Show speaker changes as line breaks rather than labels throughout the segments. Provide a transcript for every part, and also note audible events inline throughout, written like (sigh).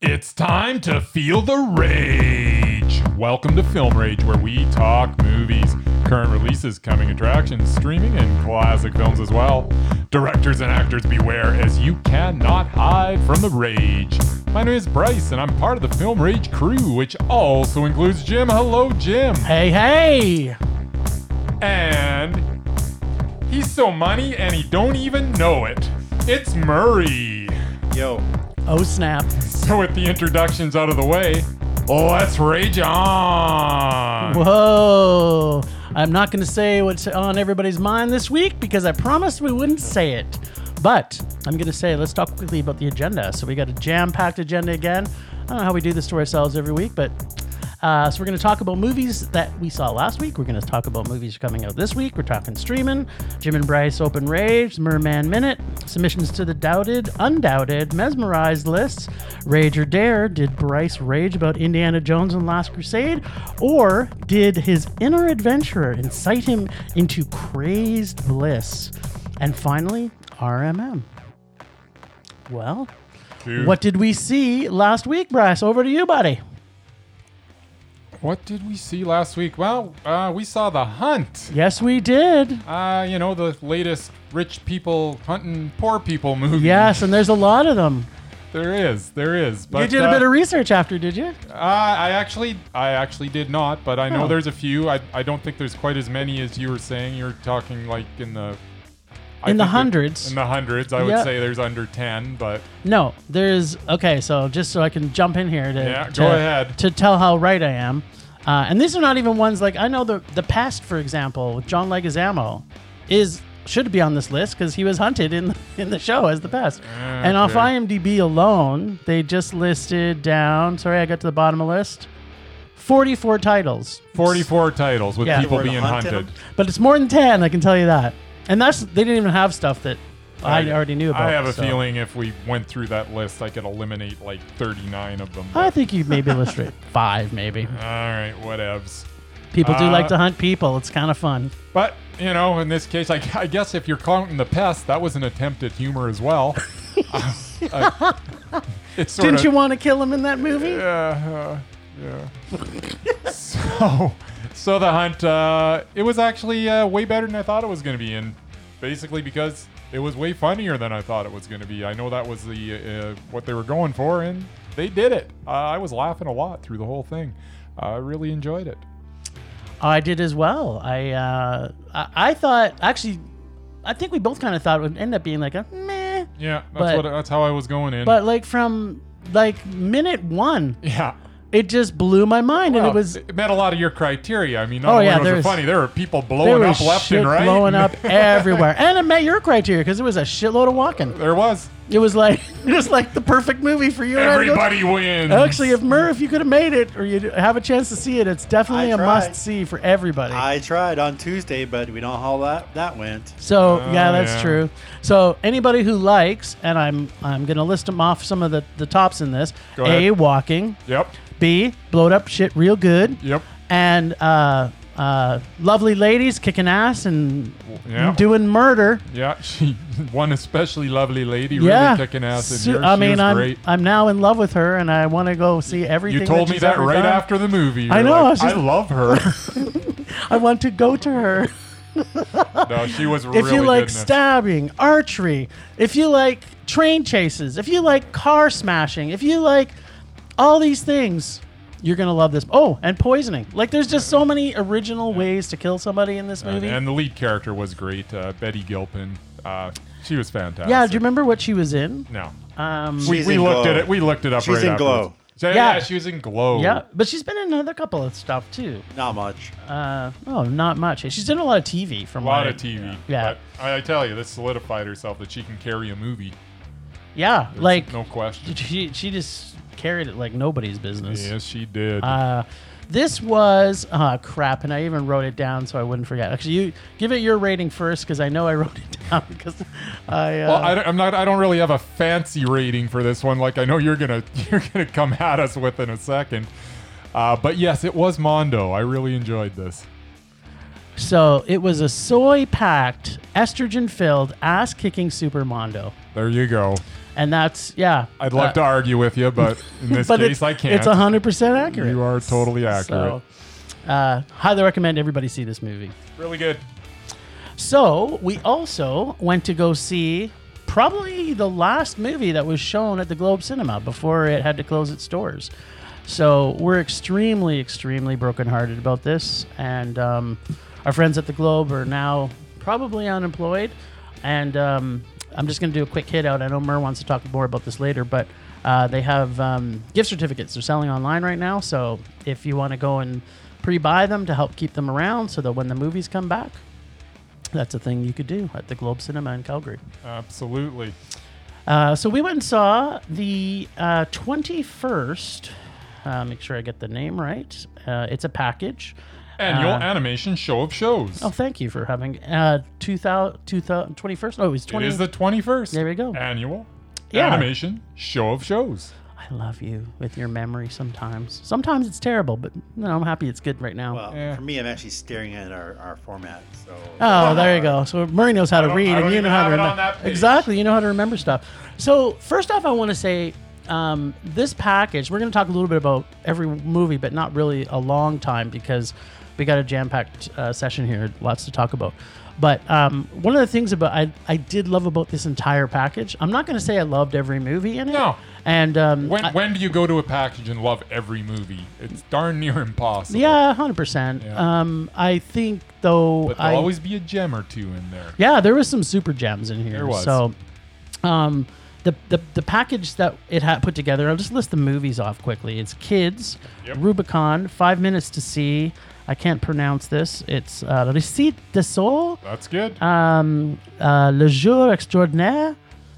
It's time to feel the rage. Welcome to Film Rage, where we talk movies, current releases, coming attractions, streaming, and classic films as well. Directors and actors beware, as you cannot hide from the rage. My name is Bryce, and I'm part of the Film Rage crew, which also includes Jim. Hello, Jim.
Hey, hey!
And he's so money, and he don't even know it. It's Murray.
Yo,
Oh, snap.
So with the introductions out of the way, let's rage on.
Whoa. I'm not going to say what's on everybody's mind this week because I promised we wouldn't say it. But I'm going to say, let's talk quickly about the agenda. So we got a jam packed agenda again. I don't know how we do this to ourselves every week, but. Uh, so we're going to talk about movies that we saw last week. We're going to talk about movies coming out this week. We're talking streaming, Jim and Bryce Open Rage, Merman Minute, submissions to the doubted, undoubted, mesmerized lists, Rage or Dare. Did Bryce rage about Indiana Jones and Last Crusade, or did his inner adventurer incite him into crazed bliss? And finally, RMM. Well,
Dude,
what did we see last week, Bryce? Over to you, buddy.
what did we see last week? Well, uh, we saw The Hunt.
Yes, we did.
Uh, you know, the latest rich people hunting poor people movie.
Yes, and there's a lot of them.
There is, there is. But,
You did
uh,
a bit of research after, did you?
uh, I actually, I actually did not, but I know
Oh.
there's a few. I, I don't think there's quite as many as you were saying. You're talking like in the. I
In the
think that-
hundreds.
In the hundreds, I
Yeah.
would say there's under ten, but
No, there's okay. So just so I can jump in here to
Yeah,
to,
go ahead.
to tell how right I am, uh, and these are not even ones like I know the the past, for example, with John Leguizamo, is should be on this list because he was hunted in in the (laughs) show as the pest. And off
Okay.
IMDb alone, they just listed down. Sorry, I got to the bottom of the list. Forty-four titles.
44 titles with
Yeah.
people
Were the
being
hunt in
hunted.
them?
But it's more than 10, I can tell you that. And that's they didn't even have stuff that I, already knew about.
I have a
so.
feeling if we went through that list, I could eliminate like 39 of them.
I
but-
think you maybe illustrate (laughs) five, maybe.
All right, whatevs.
People do
Uh,
like to hunt people. It's kind of fun.
But, you know, in this case, I, I guess if you're counting the pest, that was an attempt at humor as
(laughs)
well. (laughs) Uh, uh, it's sort
Didn't
of,
you want to kill him in that movie?
Yeah, uh,
(laughs)
yeah. so, so the hunt, uh, it was actually uh, way better than I thought it was going to be, and basically because it was way funnier than I thought it was going to be. I know that was the uh, what they were going for, and they did it. Uh, I was laughing a lot through the whole thing. I really enjoyed it.
Oh, I did as well. I, uh, I I thought actually, I think we both kind of thought it would end up being like a meh.
Yeah, that's
But-
what that's how I was going in.
But like from like minute one,
(laughs) yeah.
it just blew my mind, and
Well,
it was
met a lot of your criteria. I mean, not
Oh,
only
yeah,
was
there
it
was-
funny, there were people
there
blowing
was
up left
shit
and right. (laughs)
blowing up everywhere, and it met your criteria because it was a shitload of walking.
there was
It was like (laughs) it was like the perfect movie for you. and I to go-
everybody wins.
Actually, if Mur, if you could have made it or you have a chance to see it, it's definitely
I
a
tried.
must see for everybody.
I tried on Tuesday, but we know how that that went.
so yeah,
Oh,
that's
yeah.
true. So anybody who likes, and I'm I'm gonna list them off some of the the tops in this:
Go
a
ahead.
walking,
yep.
b blowed up shit real good,
Yep.
and uh, uh, lovely ladies kicking ass and
Yeah.
doing murder.
Yeah. She (laughs) one especially lovely lady
yeah,
really kicking ass in
Su-
here.
I
She
mean,
was
I'm
great.
I'm now in love with her, and I want to go see everything.
You told me
she's
that
ever
right
done.
after the movie.
I
You're
know, I was
Like, I
just-
love
(laughs)
her.
I want to go to her.
no, she was really
if you
good
like
in this.
stabbing, archery, if you like train chases, if you like car smashing, if you like all these things, you're gonna love this. Oh, and poisoning. Like, there's just so many original ways to kill somebody in this
and,
movie.
and the lead character was great, uh, Betty Gilpin. Uh, she was fantastic.
yeah, do you remember what she was in?
No,
Um,
we,
She's
we
in
looked
Glow.
at it. We looked it up.
She's
right
in Glow.
afterwards. So, yeah.
Yeah.
she was in Glow.
yeah, but she's been in another couple of stuff too.
Not much.
Uh, oh, not much. She's done a lot of TV from
a lot
what
of
I-
TV.
Yeah.
but I, I tell you, this solidified herself that she can carry a movie.
Yeah,
There's
like
no question.
she she just carried it like nobody's business.
Yes, she did.
Uh, this was uh, crap, and I even wrote it down so I wouldn't forget. Actually, you give it your rating first because I know I (laughs) wrote it down because I. Uh,
Well, I don't, I'm not. I don't really have a fancy rating for this one. Like I know you're gonna (laughs) you're gonna come at us with in a second. Uh, but yes, it was Mondo. I really enjoyed this.
So it was a soy packed, estrogen filled, ass kicking Super Mondo.
There you go.
And that's, yeah.
I'd love
Uh,
to argue with you, but in this
(laughs) But
case,
it's,
I can't.
it's 100% accurate.
You are totally accurate.
So, uh, highly recommend everybody see this movie.
Really good.
So we also went to go see probably the last movie that was shown at the Globe Cinema before it had to close its doors. So we're extremely, extremely brokenhearted about this, and um, our friends at the Globe are now probably unemployed. And um, I'm just going to do a quick hit out. I know Mur wants to talk more about this later, but uh, they have um, gift certificates they're selling online right now. So if you want to go and pre-buy them to help keep them around, so that when the movies come back, that's a thing you could do at the Globe Cinema in Calgary.
Absolutely.
Uh, so we went and saw the uh, 21st. Uh, make sure I get the name right. Uh, it's a package.
Annual
Uh,
animation show of shows.
Oh, thank you for having uh, 2000, 2000, 21st. Oh, it was 20.
it is the 21st.
There we go.
Annual
Yeah.
animation show of shows.
I love you with your memory sometimes. Sometimes it's terrible, but no, I'm happy it's good right now.
Well,
Yeah.
Uh, for me, I'm actually staring at our, our format. So
Oh, there you go. So Murray knows how to
don't-
read,
I
and
don't
you
even
know how to
have it on
remember.
that page.
Exactly, you know how to remember stuff. So first off, I want to say um, this package. We're going to talk a little bit about every movie, but not really a long time because we got a jam-packed uh, session here. Lots to talk about. But um, one of the things about I, I did love about this entire package. I'm not going to say I loved every movie in it.
No.
And um,
When,
I-
when do you go to a package and love every movie? It's darn near impossible.
yeah, hundred percent.
Yeah.
Um, I think though
But
I
there'll always be a gem or two in there.
Yeah, there was some super gems in here.
There was.
So, um, the, the the package that it had put together. I'll just list the movies off quickly. It's Kids,
Yep.
Rubicon, Five Minutes to See. I can't pronounce this. It's uh, Recite de Sol,
That's good.
um, uh, Le Jour Extraordinaire,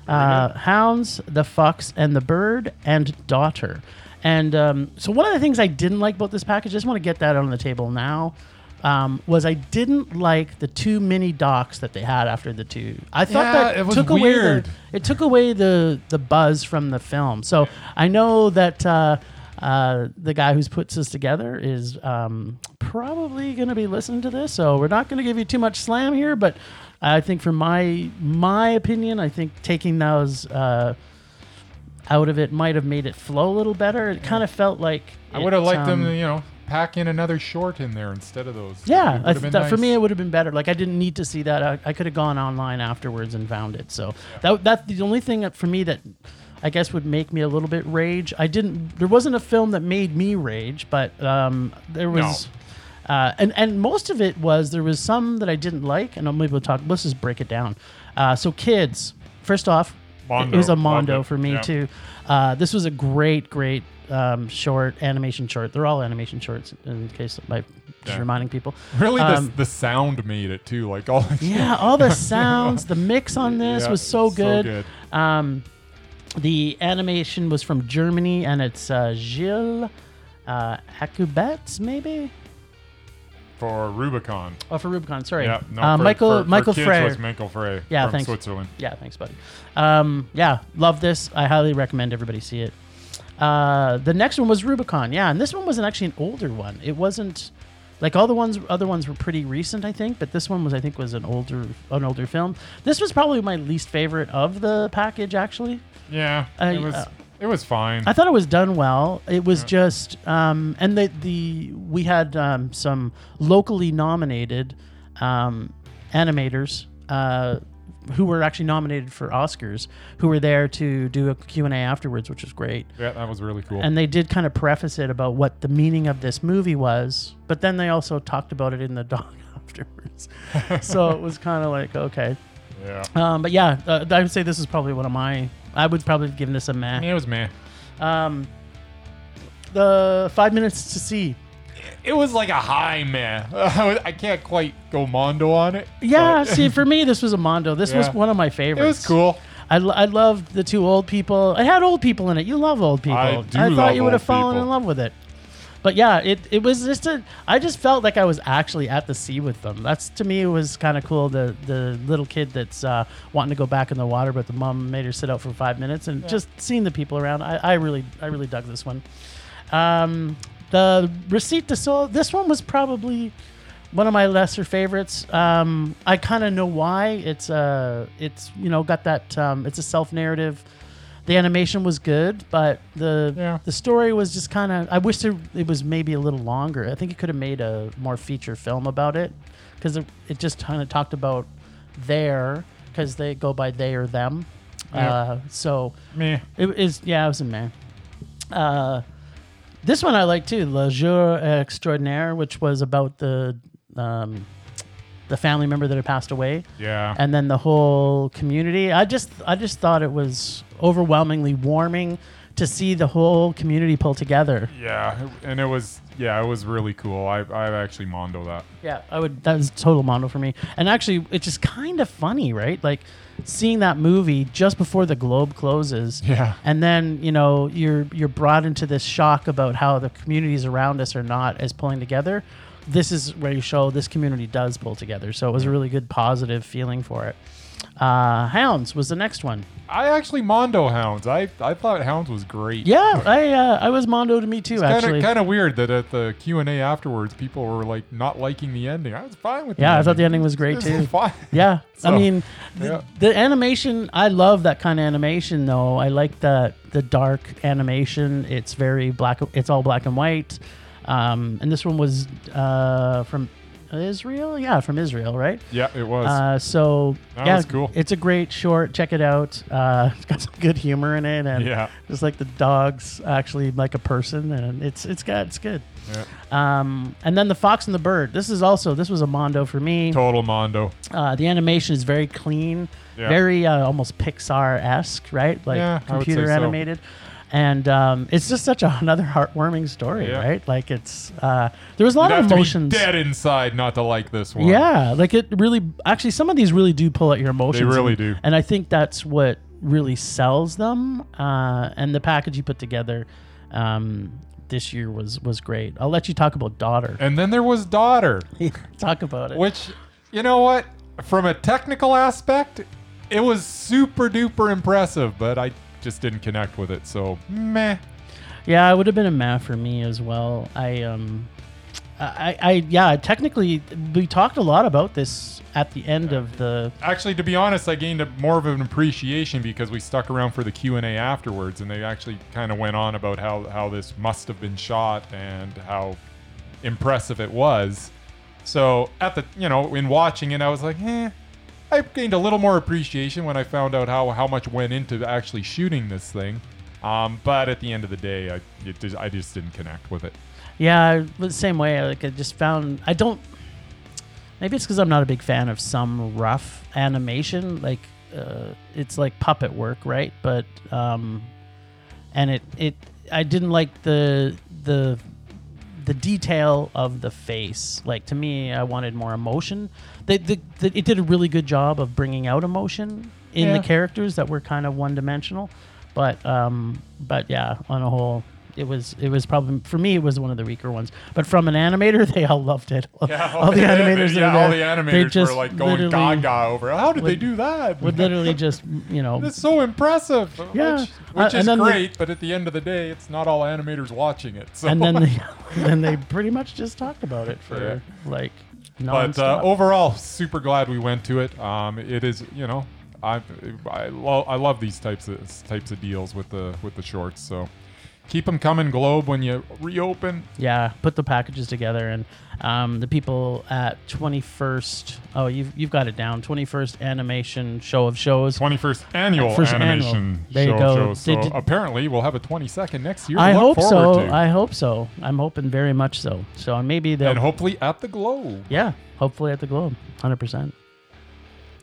uh,
Mm-hmm.
Hounds, The Fox and the Bird, and Daughter. And um, so, one of the things I didn't like about this package, I just want to get that on the table now, um, was I didn't like the two mini docs that they had after the two. I thought
Yeah,
that
it was
took away
weird.
the, it took away the the buzz from the film. So I know that uh, uh, the guy who's puts this together is um, probably going to be listening to this. So we're not going to give you too much slam here, but I think for my my opinion, I think taking those. Uh, out of it might have made it flow a little better. It kind of felt like
I would have
it,
liked them,
um,
to, you know, pack in another short in there instead of those.
yeah,
It
I
would've been
th- that- for
nice.
me it would have been better. Like I didn't need to see that. I, I could have gone online afterwards and found it. So that that's the only thing that for me that I guess would make me a little bit rage. I didn't. There wasn't a film that made me rage, but um, there was. Uh, and and most of it was there was some that I didn't like, and I'm able to talk. Let's just break it down. Uh, so kids, first off,
Mondo.
it was a
Loved
mondo
it.
for me
Yeah.
too. Uh, this was a great, great um, short animation short. They're all animation shorts, in case I just
Yeah.
reminding people.
(laughs) Really,
Um,
the, the sound made it too. Like all.
(laughs) yeah, all the sounds, the mix on this
Yeah,
was so good.
good.
Um, the animation was from Germany, and it's uh, Gilles uh, Acubetz, maybe.
for Rubicon.
Oh, for Rubicon, sorry.
Yeah, no,
uh,
for,
Michael
for,
Michael
for kids
Frere.
was Michael Frey
Yeah,
from
thanks.
Switzerland.
Yeah, thanks, buddy. Um, yeah, love this. I highly recommend everybody see it. Uh, the next one was Rubicon. Yeah, and this one was an, actually an older one. It wasn't like all the ones other ones were pretty recent, I think, but this one was I think was an older an older film. This was probably my least favorite of the package actually.
Yeah,
I-
it was.
uh,
it was fine.
I thought it was done well. It was just, um, and the the we had um, some locally nominated um, animators uh, who were actually nominated for Oscars, who were there to do a Q and A afterwards, which was great.
yeah, that was really cool.
And they did kind of preface it about what the meaning of this movie was, but then they also talked about it in the (laughs) doc afterwards. so it was kind of like okay,
yeah,
um, but yeah, uh, I would say this is probably one of my. I would probably have given this a meh.
it was man.
Um, the five minutes to see.
It was like a high man. (laughs) I can't quite go mondo on it.
Yeah,
but
see, for me, this was a Mondo. This was
Yeah.
one of my
it
favorites.
was
(laughs)
cool.
I, lo- I loved the two old people. It had old people in it. You love old people.
I do
thought
love
you would have
old
fallen in
people.
love with it. But yeah, it, it was just a. I just felt like I was actually at the sea with them. That's to me it was kind of cool. The the little kid that's uh, wanting to go back in the water, but the mom made her sit out for five minutes, and just seeing the people around. I, I really I really dug this one. Um, the receipt to soul. This one was probably one of my lesser favorites. Um, I kind of know why. It's uh, it's you know got that. Um, it's a self narrative. The animation was good, but the
Yeah.
the story was just kind of. I wish there, it was maybe a little longer. I think it could have made a more feature film about it because it, it just kind of talked about their because they go by they or them.
Yeah.
Uh, so
Meh.
it is yeah, it was a man. Uh, this one I like too, Le Jour Extraordinaire, which was about the um, the family member that had passed away,
Yeah.
and then the whole community. I just I just thought it was overwhelmingly warming to see the whole community pull together.
yeah. And it was, yeah, it was really cool. I, I actually mondo that.
Yeah, I would. That was total mono for me. And actually, it's just kind of funny, right? Like seeing that movie just before the globe closes.
Yeah.
And then you know you're you're brought into this shock about how the communities around us are not as pulling together. This is where you show this community does pull together. So it was a really good positive feeling for it. Uh, Hounds was the next one.
I actually mondo hounds. I, I thought hounds was great.
Yeah, I uh, I was mondo to me too.
Kind
actually,
of, kind of weird that at the Q and A afterwards, people were like not liking the ending. I was fine with.
yeah, I thought the ending was great
This
too.
is fine. (laughs)
Yeah,
So,
I mean, the,
yeah.
the animation. I love that kind of animation, though. I like the the dark animation. It's very black. It's all black and white. Um, and this one was uh, from Israel. Yeah, from Israel, right?
Yeah, it was.
Uh, so
That
yeah,
was Oh, cool.
It's a great short. Check it out. Uh, (laughs) it's got some good humor in it, and
Yeah.
just like the dogs actually like a person, and it's it's got it's good.
yeah.
Um, and then the fox and the bird. This is also this was a mondo for me.
Total mondo.
Uh, the animation is very clean,
Yeah.
very uh, almost Pixar esque, right? Like
Yeah, I would
computer
say so.
animated. And um, it's just such a, (laughs) another heartwarming story,
Yeah.
right? Like it's uh, there was a lot
You'd
of
have to be
emotions.
dead inside not to like this one.
Yeah, like it really. Actually, some of these really do pull at your emotions.
really
and-
do.
and I think that's what really sells them. Uh, and the package you put together um, this year was was great. I'll let you talk about daughter.
And then there was daughter,
(laughs) talk about it.
which you know what? From a technical aspect, it was super duper impressive, but I just didn't connect with it. So meh.
Yeah, it would have been a meh for me as well. I um, I, I yeah. Technically, we talked a lot about this at the end of the.
Actually, to be honest, I gained a, more of an appreciation because we stuck around for the Q and A afterwards, and they actually kind of went on about how how this must have been shot and how impressive it was. So at the you know in watching it, I was like, eh. I gained a little more appreciation when I found out how how much went into actually shooting this thing. Um, but at the end of the day, I it, just- I just didn't connect with it.
Yeah, I- but the same way. Like I just found I don't. Maybe it's because I'm not a big fan of some rough animation. Like uh, it's like puppet work, right? But um, and it it I didn't like the the the detail of the face. Like to me, I wanted more emotion. They, the, the, it did a really good job of bringing out emotion in
Yeah.
the characters that were kind of one dimensional. But um, but yeah, on a whole, it was it was probably for me it was one of the weaker ones. But from an animator, (laughs) they all loved it.
(laughs) Yeah,
all the animators, that
yeah,
were
all the
there,
animators
they
were
just
like going
literally-
gaga over. it. How did they
would-
do that? (laughs)
Would (laughs) literally just you know
It's so impressive.
Yeah.
Which,
Uh,
which
and
is
then the-
great, but at the end of the day, it's not all animators watching it. So.
and then they (laughs) then they pretty much just talked about it for like
(laughs) but
nonstop.
uh, overall, super glad we went to it. Um, it is, you know, I I, lo- I love these types of types of deals with the with the shorts. So keep them coming, Globe, when you reopen.
Yeah, put the packages together, and um, the people at 21st. Oh, you've, you've got it down. 21st Animation Show of Shows.
Twenty first annual
First annual.
animation
There you
show.
go.
show. So
Did- did-
apparently, we'll have a twenty second next year. to
I
look
hope so.
forward to.
I hope so. I'm hoping very much so. So uh, maybe they'll.
and hopefully at the Globe.
yeah, hopefully at the Globe, 100. percent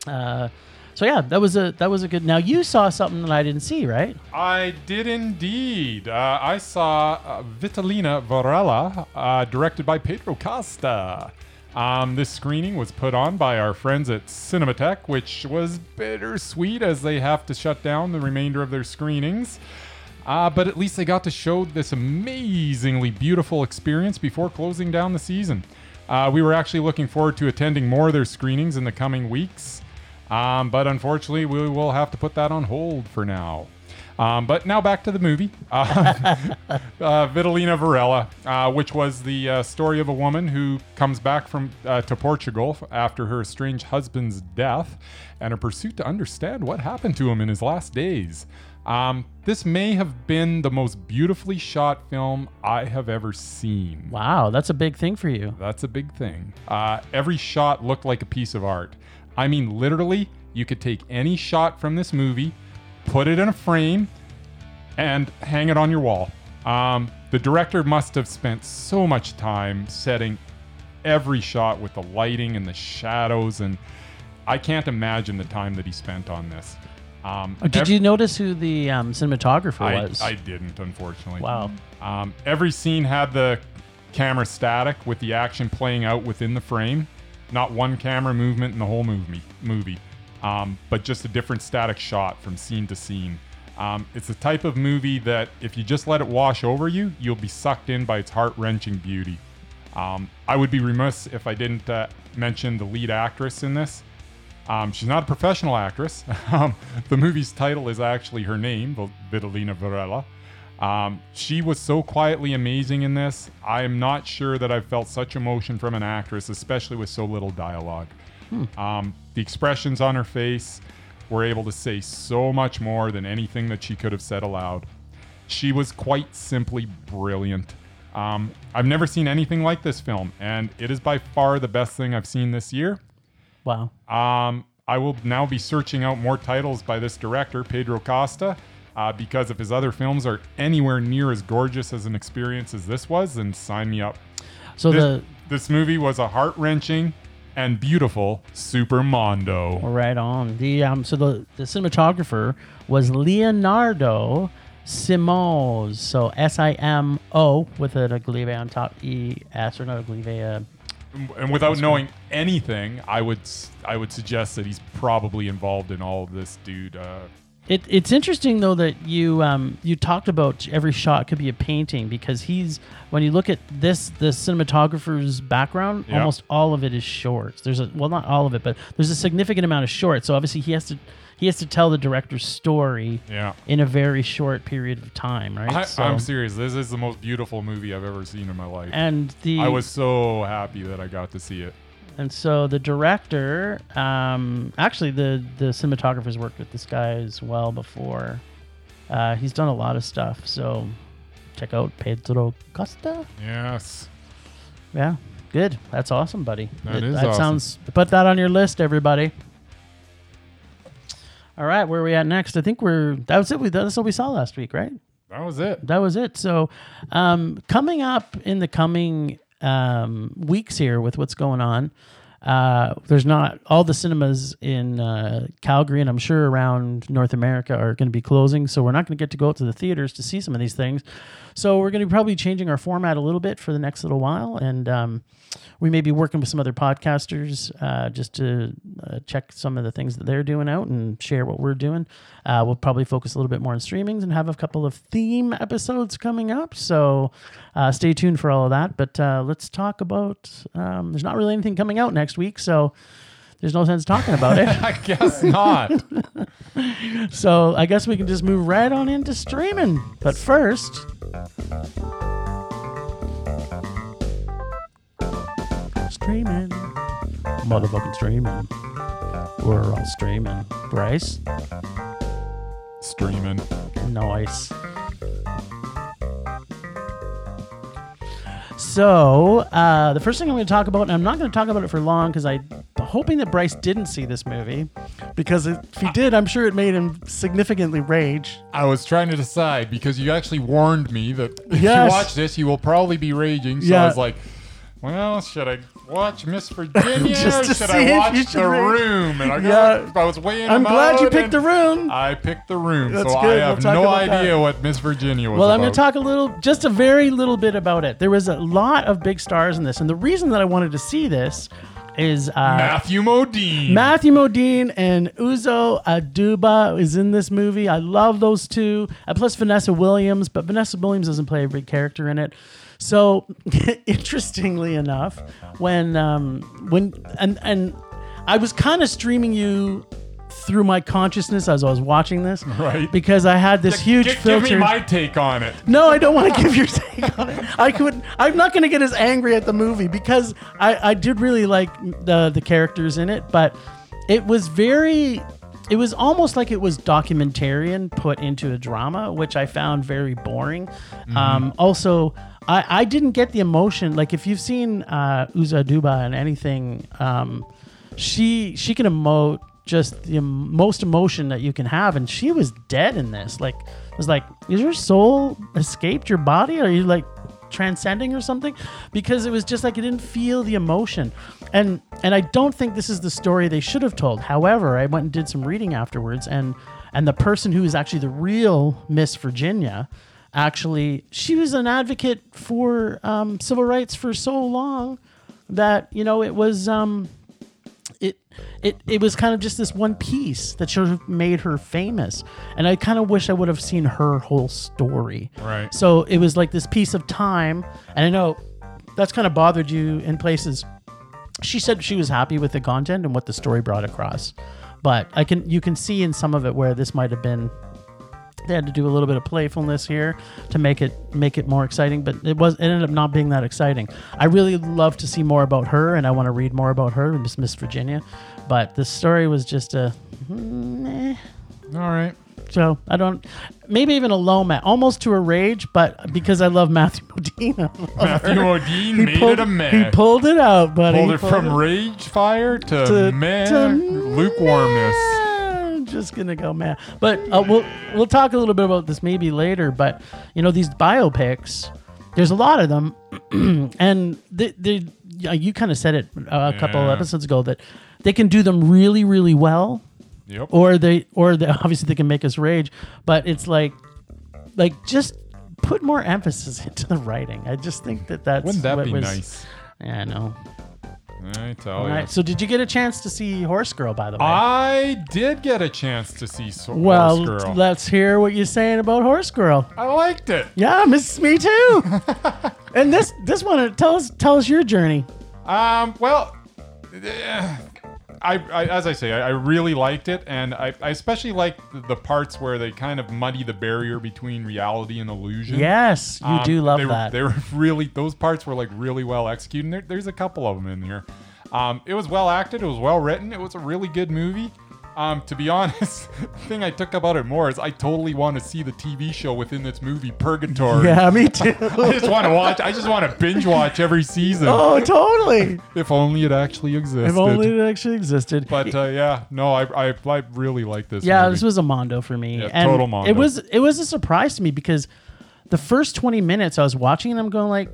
Uh, so yeah, that was a that was a good. Now you saw something that I didn't see, right?
I did indeed. Uh, I saw uh, Vitalina Varela, uh, directed by Pedro Costa. Um, this screening was put on by our friends at Cinematech, which was bittersweet as they have to shut down the remainder of their screenings. Uh, but at least they got to show this amazingly beautiful experience before closing down the season. Uh, we were actually looking forward to attending more of their screenings in the coming weeks. Um, but unfortunately, we will have to put that on hold for now. Um, but now back to the movie. Uh, (laughs) uh, Vitalina Varela, uh, which was the uh, story of a woman who comes back from uh, to Portugal f- after her estranged husband's death, and her pursuit to understand what happened to him in his last days. Um, this may have been the most beautifully shot film I have ever seen.
Wow, that's a big thing for you.
That's a big thing. Uh, every shot looked like a piece of art. I mean, literally, you could take any shot from this movie, put it in a frame, and hang it on your wall. Um, the director must have spent so much time setting every shot with the lighting and the shadows, and I can't imagine the time that he spent on this. Um,
Uh, Did
ev-
you notice who the um, cinematographer
I,
was?
I didn't, unfortunately.
wow.
Um, every scene had the camera static with the action playing out within the frame. Not one camera movement in the whole movie, movie um, but just a different static shot from scene to scene. Um, it's the type of movie that if you just let it wash over you, you'll be sucked in by its heart wrenching beauty. Um, I would be remiss if I didn't uh, mention the lead actress in this. Um, she's not a professional actress. (laughs) Um, the movie's title is actually her name, Val- Vitalina Varela. Um, she was so quietly amazing in this. I am not sure that I've felt such emotion from an actress, especially with so little dialogue. Um, the expressions on her face were able to say so much more than anything that she could have said aloud. She was quite simply brilliant. Um, I've never seen anything like this film, and it is by far the best thing I've seen this year.
Wow.
Um, I will now be searching out more titles by this director, Pedro Costa, uh, because if his other films are anywhere near as gorgeous as an experience as this was, then sign me up.
So
This,
the
this movie was a heart wrenching and beautiful Super Mondo.
right on the um so the the cinematographer was Leonardo Simons. So S I M O with an oglive on top E S or not oglive. Uh,
And without knowing anything, I would s- I would suggest that he's probably involved in all of this, dude. Uh,
It, it's interesting though that you um, you talked about every shot could be a painting because he's when you look at this the cinematographer's background
Yeah.
almost all of it is shorts. There's a well not all of it but there's a significant amount of shorts. So obviously he has to he has to tell the director's story
yeah.
in a very short period of time, right?
I,
So-
I'm serious. This is the most beautiful movie I've ever seen in my life.
and the
I was so happy that I got to see it.
and so the director um, actually the the cinematographer's worked with this guy as well before. Uh, he's done a lot of stuff, so check out Pedro Costa.
Yes.
Yeah, good. That's awesome, buddy.
That is
that
awesome.
sounds. Put that on your list, everybody. All right, where are we at next? I think we're that was it. We that's what we saw last week, right?
That was it.
that was it. So, um, coming up in the coming um, weeks here with what's going on, uh, there's not all the cinemas in uh, Calgary and I'm sure around North America are going to be closing. So, we're not going to get to go out to the theaters to see some of these things. So, we're going to be probably changing our format a little bit for the next little while. And um, we may be working with some other podcasters uh, just to uh, check some of the things that they're doing out and share what we're doing. Uh, we'll probably focus a little bit more on streamings and have a couple of theme episodes coming up. So uh, stay tuned for all of that. But uh, let's talk about um, there's not really anything coming out next week. So there's no sense talking about it.
I guess not.
so I guess we can just move right on into streaming. But first, streaming. Motherfucking streaming. We're all streaming. Bryce?
Streaming.
Nice. So uh, the first thing I'm going to talk about, and I'm not going to talk about it for long because I'm hoping that Bryce didn't see this movie, because if he did, I'm sure it made him significantly rage.
I was trying to decide because you actually warned me that if
Yes.
you watch this, you will probably be raging. So
Yeah.
I was like, well, should I watch
(laughs)
Miss Virginia
Just to
or should
see if
I
you
watch
should
The
rage.
Room? And I,
Yeah.
got, I was weighing
I'm
them
glad you
out
picked the
and
room.
I picked The Room.
That's
so
good.
I
We'll
have
talk
no
about that.
idea what Miss Virginia was
Well,
about.
I'm going to talk a little, just a very little bit about it. There was a lot of big stars in this, and the reason that I wanted to see this is uh,
Matthew Modine.
Matthew Modine and Uzo Aduba is in this movie. I love those two. And plus Vanessa Williams, but Vanessa Williams doesn't play a big character in it. So (laughs) interestingly enough, when um, when and and I was kind of streaming you through my consciousness as I was watching
(laughs)
this,
Right.
Because I had this huge
Gi-
filter.
Give me my take on
(laughs)
it.
No, I don't want to give your take on it. I could. I'm not going to get as angry at the movie because I, I did really like the the characters in it, but it was very. It was almost like it was documentarian put into a drama, which I found very boring. Um, also, I, I didn't get the emotion. Like if you've seen uh, Uza Duba and anything, um, she she can emote just the em- most emotion that you can have and she was dead in this like it was like is your soul escaped your body are you like transcending or something because it was just like it didn't feel the emotion and and i don't think this is the story they should have told however i went and did some reading afterwards and and the person who is actually the real miss virginia actually she was an advocate for um, civil rights for so long that you know it was um, it it it was kind of just this one piece that sort of made her famous and i kind of wish i would have seen her whole story
Right.
so it was like this piece of time and i know that's kind of bothered you in places she said she was happy with the content and what the story brought across but i can you can see in some of it where this might have been they had to do a little bit of playfulness here to make it make it more exciting but it was it ended up not being that exciting i really love to see more about her and i want to read more about her miss miss virginia but this story was just a meh.
All right.
so i don't maybe even a low mat almost to a rage but because i love matthew (laughs) modine I love
Matthew
her.
Modine made it
pulled,
a mess.
he pulled it out buddy
Pulled
He
it from
it-
rage fire to,
to-
meh,
to
lukewarmness.
I'm just gonna go mad. But uh, we'll we'll talk a little bit about this maybe later. But you know these biopics, there's a lot of them, (clears throat) and they, they yeah, you kind of said it uh, a couple
Yeah.
episodes ago that they can do them really really well,
Yep.
or they or they, (laughs) obviously they can make us rage. But it's like like just put more emphasis (laughs) into the writing. I just think that that's
Wouldn't that
what
be
was,
nice? Oh,
Yeah, I know.
I tell
All
you.
right. So did you get a chance to see Horse Girl by the way?
I did get a chance to see so-
Well,
Horse Girl.
let's hear what you're saying about Horse Girl.
I liked it.
Yeah, miss me too.
(laughs)
and this this one uh, tell us tell us your journey.
Um, well, eh, I, I as I say, I, I really liked it, and I, I especially liked the, the parts where they kind of muddy the barrier between reality and illusion.
Yes, you
Um,
do love
they were-
that.
they were (laughs) really those parts were like really well executed. And there, there's a couple of them in here. Um, it was well acted. It was well written. It was a really good movie. Um, to be (laughs) honest, the thing I took about it more is I totally want to see the TV show within this movie Purgatory.
yeah, me too.
(laughs) I just want to watch. I just want to binge watch every season.
oh, totally.
If only it actually existed.
If only it actually existed.
But uh, yeah, no, I, I I really like this.
yeah,
movie.
this was a mondo for me.
Yeah,
and
total mondo.
It was it was a surprise to me because the first 20 minutes I was watching and I'm going like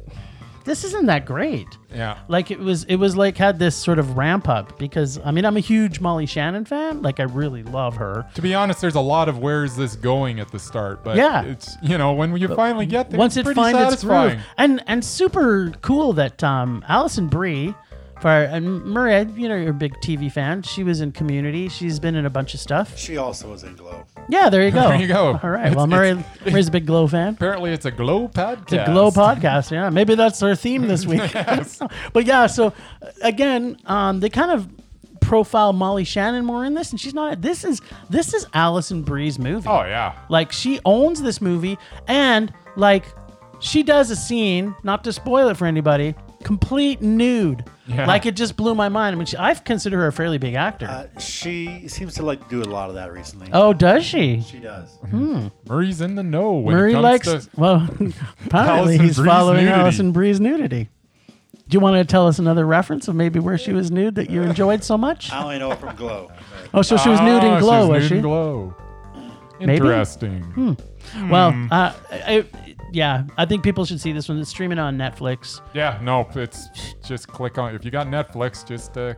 this isn't that great.
yeah.
like it was it was like had this sort of ramp up because I mean I'm a huge Molly Shannon fan like I really love her
To be honest, there's a lot of where's this going at the start, but
Yeah.
it's you know when you finally get there,
once
it's
it
pretty
finds its
satisfying.
groove and and super cool that um Allison Brie for and Murray I- you know you're a big TV fan she was in Community she's been in a bunch of stuff
She also was in Glow.
(laughs)
yeah there you go
There you go.
all right
It's-
well Murray
it's- (laughs)
Murray's a big Glow fan
Apparently, it's a glow podcast.
The Glow podcast. Yeah, maybe that's our theme this week.
(laughs)
(laughs) but yeah, so uh, again, um, they kind of profile Molly Shannon more in this, and she's not. This is this is Allison Bree's movie.
Oh yeah,
Like she owns this movie, and like she does a scene. Not to spoil it for anybody, complete nude.
Yeah.
Like it just blew my mind. I mean, she, I consider her a fairly big actor.
Uh, she seems to like do a lot of that recently.
oh, does she?
She does.
Mm-hmm. Murray's in the know when it
Murray
comes
likes.
to
well, (laughs) apparently
Allison
he's
Bree's
following
nudity.
Allison Bree's nudity. Do you want to tell us another reference of maybe where she was nude that you enjoyed so much?
I only know her from Glow.
Oh, so she was nude
Ah,
in Glow,
she was,
was,
nude
she?
in glow.
Maybe? Hmm.
Interesting.
Well,
Hmm.
uh, I, I- yeah, I think people should see this one. It's streaming on Netflix.
Yeah, no, it's just click on. If you got Netflix, just uh,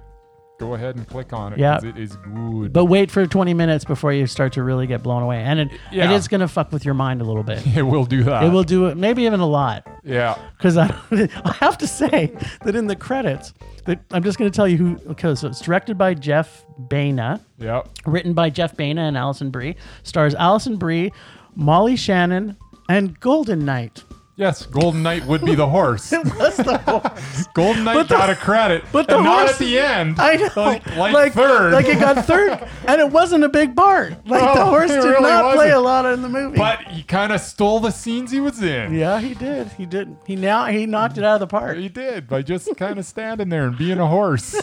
go ahead and click on it.
Yeah.
'cause it is good.
But wait for 20 minutes before you start to really get blown away. And it,
Yeah.
it is going to fuck with your mind a little bit.
(laughs) it will do that.
It will do it, maybe even a lot.
Yeah.
because I, (laughs) I have to say that in the credits, that I'm just going to tell you who. Okay, so it's directed by Jeff Baina,
Yeah.
written by Jeff Baina and Allison Brie, stars Allison Brie, Molly Shannon, and Golden Knight. (laughs)
Yes, Golden Knight would be the horse.
It was the horse.
Golden Knight
(laughs) But the-
got a credit,
(laughs) but
but
the
not
horse-
at the end.
I know,
like, like, third.
like it got third, and it wasn't a big part. Like the
No,
horse
it
did
really
not
wasn't.
play a lot in the
(laughs)
movie.
but he kind of stole the scenes he was in.
yeah, he did. He did. He now he knocked it out of the park.
He did by just kind of standing there and being a
(laughs)
horse.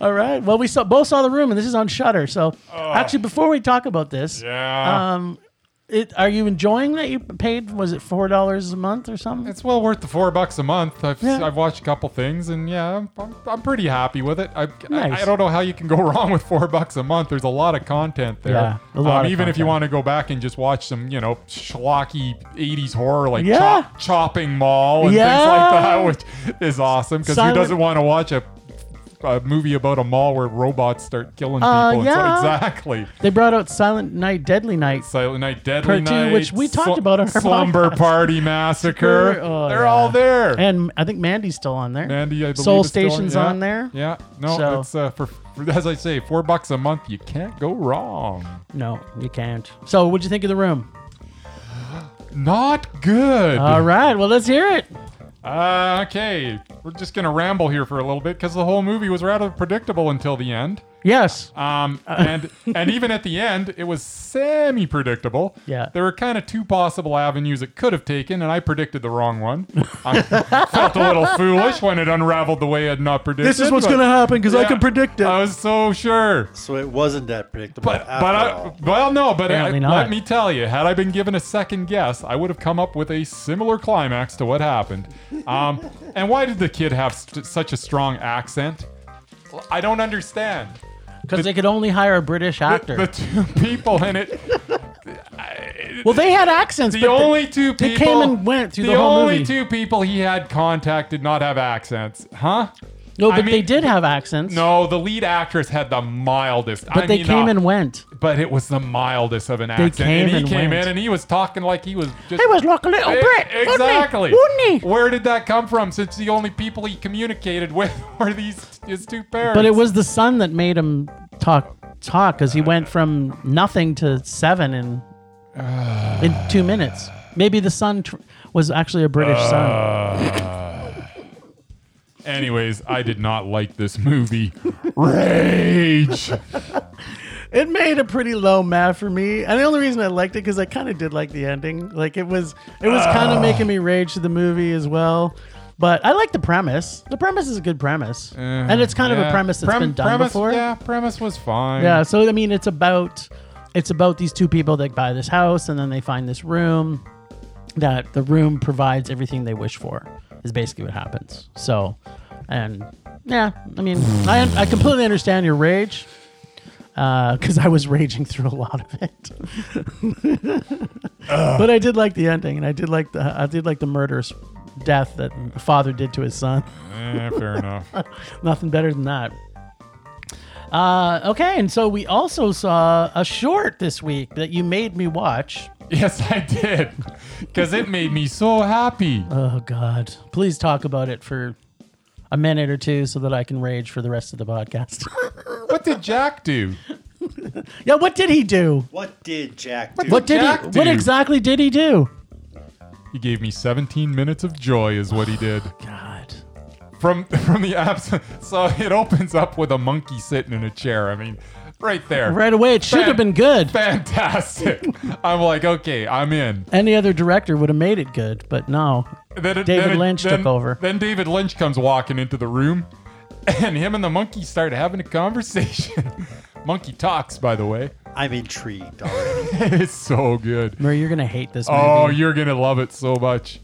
All right. Well, we saw both saw the room, and this is on Shutter. So actually, before we talk about this,
Oh. Yeah.
um, it are you enjoying that you paid? Was it four dollars a month or something?
it's well worth the four bucks a month. I've,
Yeah.
I've watched a couple things and yeah, I'm, I'm, I'm pretty happy with it. I,
Nice.
I, I don't know how you can go (laughs) wrong with four bucks a month. There's a lot of content there.
Yeah, a lot
um,
of
even if you
content.
want to go back and just watch some, you know, schlocky 80s horror like
Yeah.
chop, Chopping Mall and
Yeah.
things like that, (laughs) which is awesome because who
Silent-
doesn't want to watch a, a movie about a mall where robots start killing people?
Uh,
It's like-
yeah.
exactly.
They brought out Silent Night, Deadly Night.
Silent Night, Deadly
Part two,
Night,
which we talked about on our
Slumber
podcast.
Party Massacre.
(laughs) Oh,
They're
yeah.
all there.
And I think Mandy's still on there.
Mandy, I believe
Soul
is still in-
Station's
yeah,
on there.
Yeah, no,
So-
it's uh, for, for as I say, four bucks a month. You can't go wrong.
No, you can't. So, what'd you think of the room?
Not good.
All right. Well, let's hear it.
Uh, okay, we're just gonna ramble here for a little bit because the whole movie was rather predictable until the end.
Yes.
Um, and and even at the end, it was semi predictable.
Yeah.
there were kind of two possible avenues it could have taken, and I predicted the wrong one. I felt a little foolish when it unraveled the way I'd not predicted. but-
happen because
Yeah, Uh, I was so sure.
So it wasn't that predictable.
But
after
but I,
all.
well no but I,
Apparently not.
let me tell you had I been given a second guess I would have come up with a similar climax to what happened. Um, and why did the kid have st- such a strong accent? I don't understand.
Because they could only hire a British actor.
The two (laughs) people in it
well, they had accents.
the
but they-
only two people
they came and went through the whole
only
movie.
two people he had contact did not have accents, huh?
no,
I
but they
mean-
did have accents.
No, the lead actress had the mildest.
but they came
and
and went.
but it was the mildest of an accent.
came
and he
and
came
went.
in and he was talking like he was just.
He was like a little
E-
Brit.
exactly.
Wouldn't he? Wouldn't he?
Where did that come from? Since the only people he communicated with (laughs) were these his two parents.
But it was the son that made him talk talk because
Uh,
he went from nothing to seven in
uh,
in two minutes. Maybe the son tr- was actually a British
Uh,
son.
Anyways, I did not like this movie. Rage.
It made a pretty low math for me, and the only reason I liked it because I kind of did like the ending. Like it was, it
Uh.
was kind of making me rage to the movie as well. But I like the premise. The premise is a good premise, and it's kind of
Uh-huh. Yeah.
a premise that's
Prem-
been done
premise,
before.
Yeah, premise was fine.
Yeah, so I mean, it's about it's about these two people that buy this house, and then they find this room that the room provides everything they wish for. Is basically what happens. So, and yeah, I mean, I I completely understand your rage because I was raging through a lot of it. but I did like the ending, and I did like the I did like the murderous death that the father did to his son.
Eh, fair enough.
Nothing better than that. Uh, okay, and so we also saw a short this week that you made me watch.
Yes, I did. Because it made me so happy.
Oh God! Please talk about it for a minute or two so that I can rage for the rest of the podcast. (laughs)
What did Jack do?
yeah, what did he do?
what did Jack do?
What did
Jack
he?
do?
What exactly did he do?
He gave me 17 minutes of joy, is what he did.
God.
From (laughs) from the absence. So it opens up with a monkey sitting in a chair. I mean, right there.
Right away, it should
Fan-
have been good. (laughs)
Fantastic. I'm like, okay, I'm in.
Any other director would have made it good, but no.
Then it-
David
then it-
Lynch took
then-
over.
Then David Lynch comes walking into the room, (laughs) and him and the monkey start having a conversation. (laughs) monkey talks, by the way. (laughs)
I'm intrigued already.
It's so good.
Murray, you're gonna hate this movie.
Oh, you're gonna love it so much.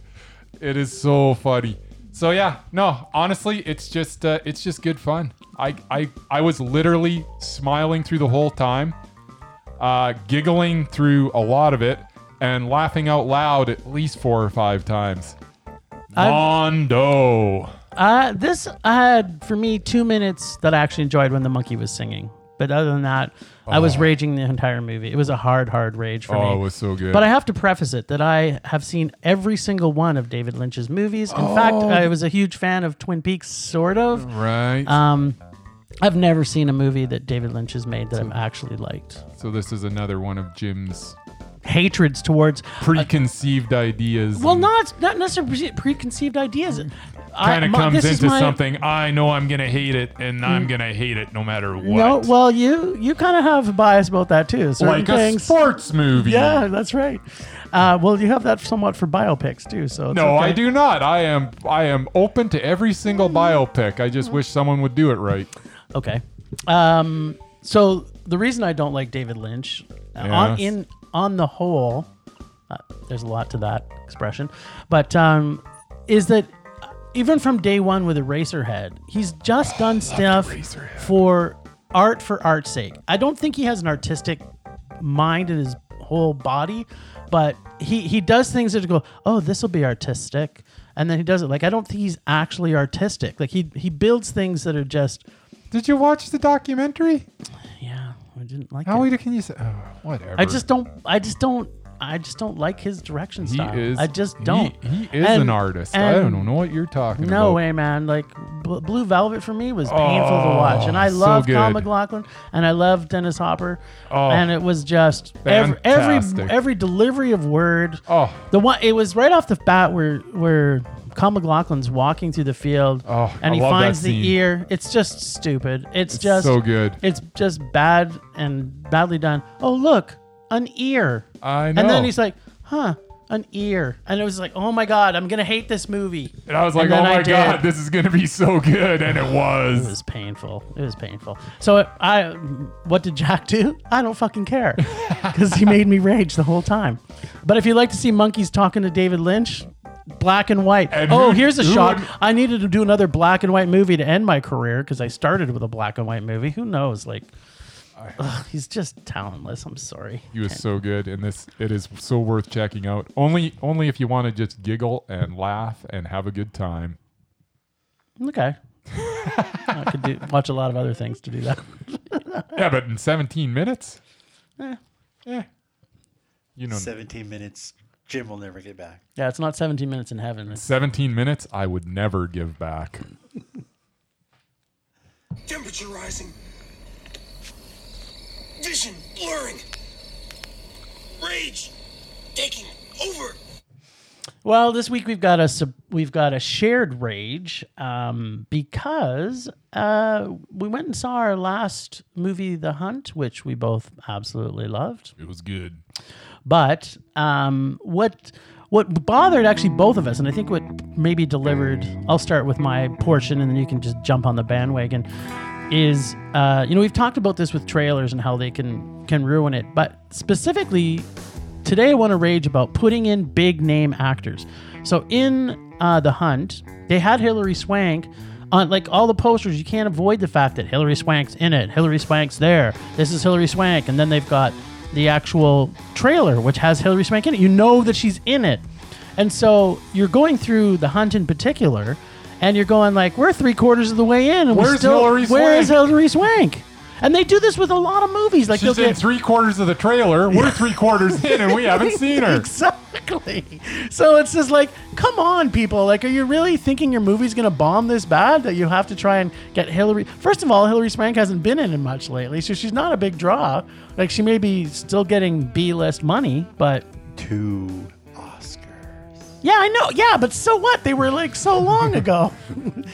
It is so funny. So yeah, no, honestly, it's just uh, it's just good fun. I I I was literally smiling through the whole time, uh, giggling through a lot of it, and laughing out loud at least four or five times.
I've-
Mondo.
Uh, this had for me two minutes that I actually enjoyed when the monkey was singing. But other than that, I was raging the entire movie. It was a hard, hard rage for me.
Oh, it was so good.
But I have to preface it that I have seen every single one of David Lynch's movies. In fact,
Oh.
I was a huge fan of Twin Peaks, sort of.
right.
Um, I've never seen a movie that David Lynch has made that I've actually liked.
so this is another one of Jim's
hatreds towards.
preconceived ideas.
uh, Well, not not necessarily pre- preconceived ideas.
kind
I-
of
my-
comes
this is
into
my- Mm.
something. I know I'm gonna hate it, and I'm gonna hate it no matter what.
No, well, you you kind of have a bias about that too. Certain
like a
things.
sports movie.
Yeah, that's right. Uh, well, you have that somewhat for biopics too. So it's
No,
okay. Mm.
I do not. I am I am open to every single biopic. I just wish someone would do it right.
Okay. Um, so the reason I don't like David Lynch, uh,
Yes.
on in on the whole, uh, there's a lot to that expression, but um, is that even from day one with Eraserhead, he's just done stuff
Oh, Eraserhead.
for art for art's sake. I don't think he has an artistic mind in his whole body, but he he does things that go, oh, this will be artistic, and then he does it. Like I don't think he's actually artistic. Like he he builds things that are just
Did you watch the documentary?
yeah, I didn't like
How
it.
can you say? Oh, whatever.
I just don't. I just don't. I just don't like his direction
He
style.
is.
I just
he-
don't.
He, is
And-
an artist. I
and
don't know what you're talking about.
No way, man! Like Bl- Blue Velvet for me was painful to watch, and I
Oh, so
love Kyle
good.
McLaughlin and I love Dennis Hopper,
Oh,
and it was just every, every
fantastic.
every delivery of word.
Oh.
the one it was right off the bat where where Kyle McLaughlin's walking through the field,
Oh,
and
I
he
love that
finds the
scene.
ear. It's just stupid. It's, just
so good.
It's just bad and badly done. Oh look, an ear.
I know.
And then he's like, huh, an ear. And it was like, oh my God, I'm going to hate this movie.
and I was like,
and
oh
then I
my
did.
god, this is gonna be so good, and
(sighs)
it
It
was.
was painful. It was painful. So it, I, what did Jack do? I don't fucking
(laughs)
care, because he made me rage the whole time. But if you like to see monkeys talking to David Lynch, black and white.
And
oh,
who-
here's a
who
shot.
would-
I needed to do another black and white movie to end my career because I started with a black and white movie. Who knows? Like, ugh, he's just talentless. I'm sorry.
He was so good, and this it is so worth checking out. Only only if you want to just giggle and laugh and have a good time.
Okay. (laughs) I could do, watch a lot of other things to do that.
Yeah, but in 17 minutes, eh, eh. you know,
17 minutes. Jim will never get back.
Yeah, it's not 17 minutes in heaven. It's
17 minutes, I would never give back.
Temperature rising. Vision blurring. Rage taking over.
Well, this week we've got a sub- we've got a shared rage um, because uh, we went and saw our last movie, The Hunt, which we both absolutely loved.
It was good.
But um, what what bothered actually both of us, and I think what maybe delivered, I'll start with my portion, and then you can just jump on the bandwagon. Is uh, you know we've talked about this with trailers and how they can can ruin it, but specifically Today, I want to rage about putting in big name actors. So in uh, The Hunt, they had Hilary Swank on like all the posters. You can't avoid the fact that Hilary Swank's in it. Hilary Swank's there. This is Hilary Swank, and then they've got the actual trailer, which has Hilary Swank in it. You know that she's in it, and so you're going through The Hunt in particular, and you're going like, we're three quarters of the way in, and we
Where's
still
Hilary
where is
Swank?
Hilary Swank? And they do this with a lot of movies. Like
She's
they'll
in
get
three quarters of the trailer. We're three quarters in, and we haven't seen
(laughs)
her.
Exactly. So it's just like, come on, people. Like, are you really thinking your movie's gonna bomb this bad that you have to try and get Hillary? First of all, Hillary Swank hasn't been in it much lately, so she's not a big draw. Like, she may be still getting B-list money, but
Two Oscars.
yeah, I know. Yeah, but so what? They were like so long
(laughs)
ago. (laughs)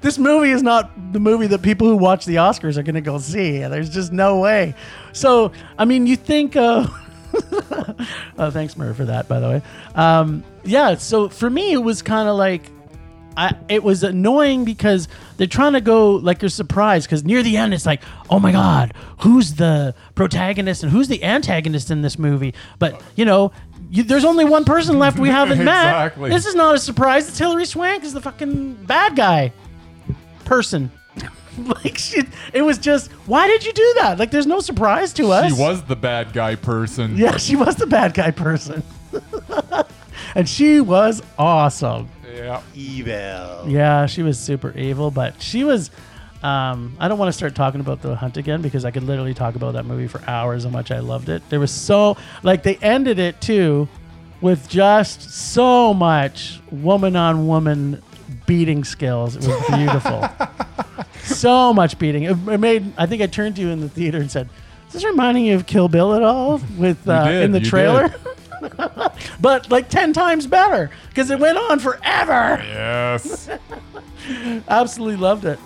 this movie is not the movie that people who watch the Oscars are going to go see. There's just no way. So, I mean, you think of. (laughs) oh, thanks, Murray, for that, by the way. Um, yeah, so for me, it was kind of like. I, it was annoying because they're trying to go like you're surprised because near the end it's like oh my god who's the protagonist and who's the antagonist in this movie but you know you, there's only one person left
(laughs)
we haven't
Exactly.
met this is not a surprise it's Hilary Swank is the fucking bad guy person (laughs) like shit it was just why did you do that like there's no surprise to us
She was the bad guy person.
yeah she was the bad guy person (laughs) and she was awesome
Yeah.
Evil.
yeah, she was super evil, but she was. Um, I don't want to start talking about the hunt again because I could literally talk about that movie for hours. How much I loved it. There was so like they ended it too with just so much woman on woman beating skills. It was
(laughs)
beautiful. so much beating. It, it made. I think I turned to you in the theater and said, Is this reminding you of Kill Bill at all with uh,
did,
in the
you
trailer? (laughs)
did.
but like ten times better because it went on forever.
Yes.
Absolutely loved it.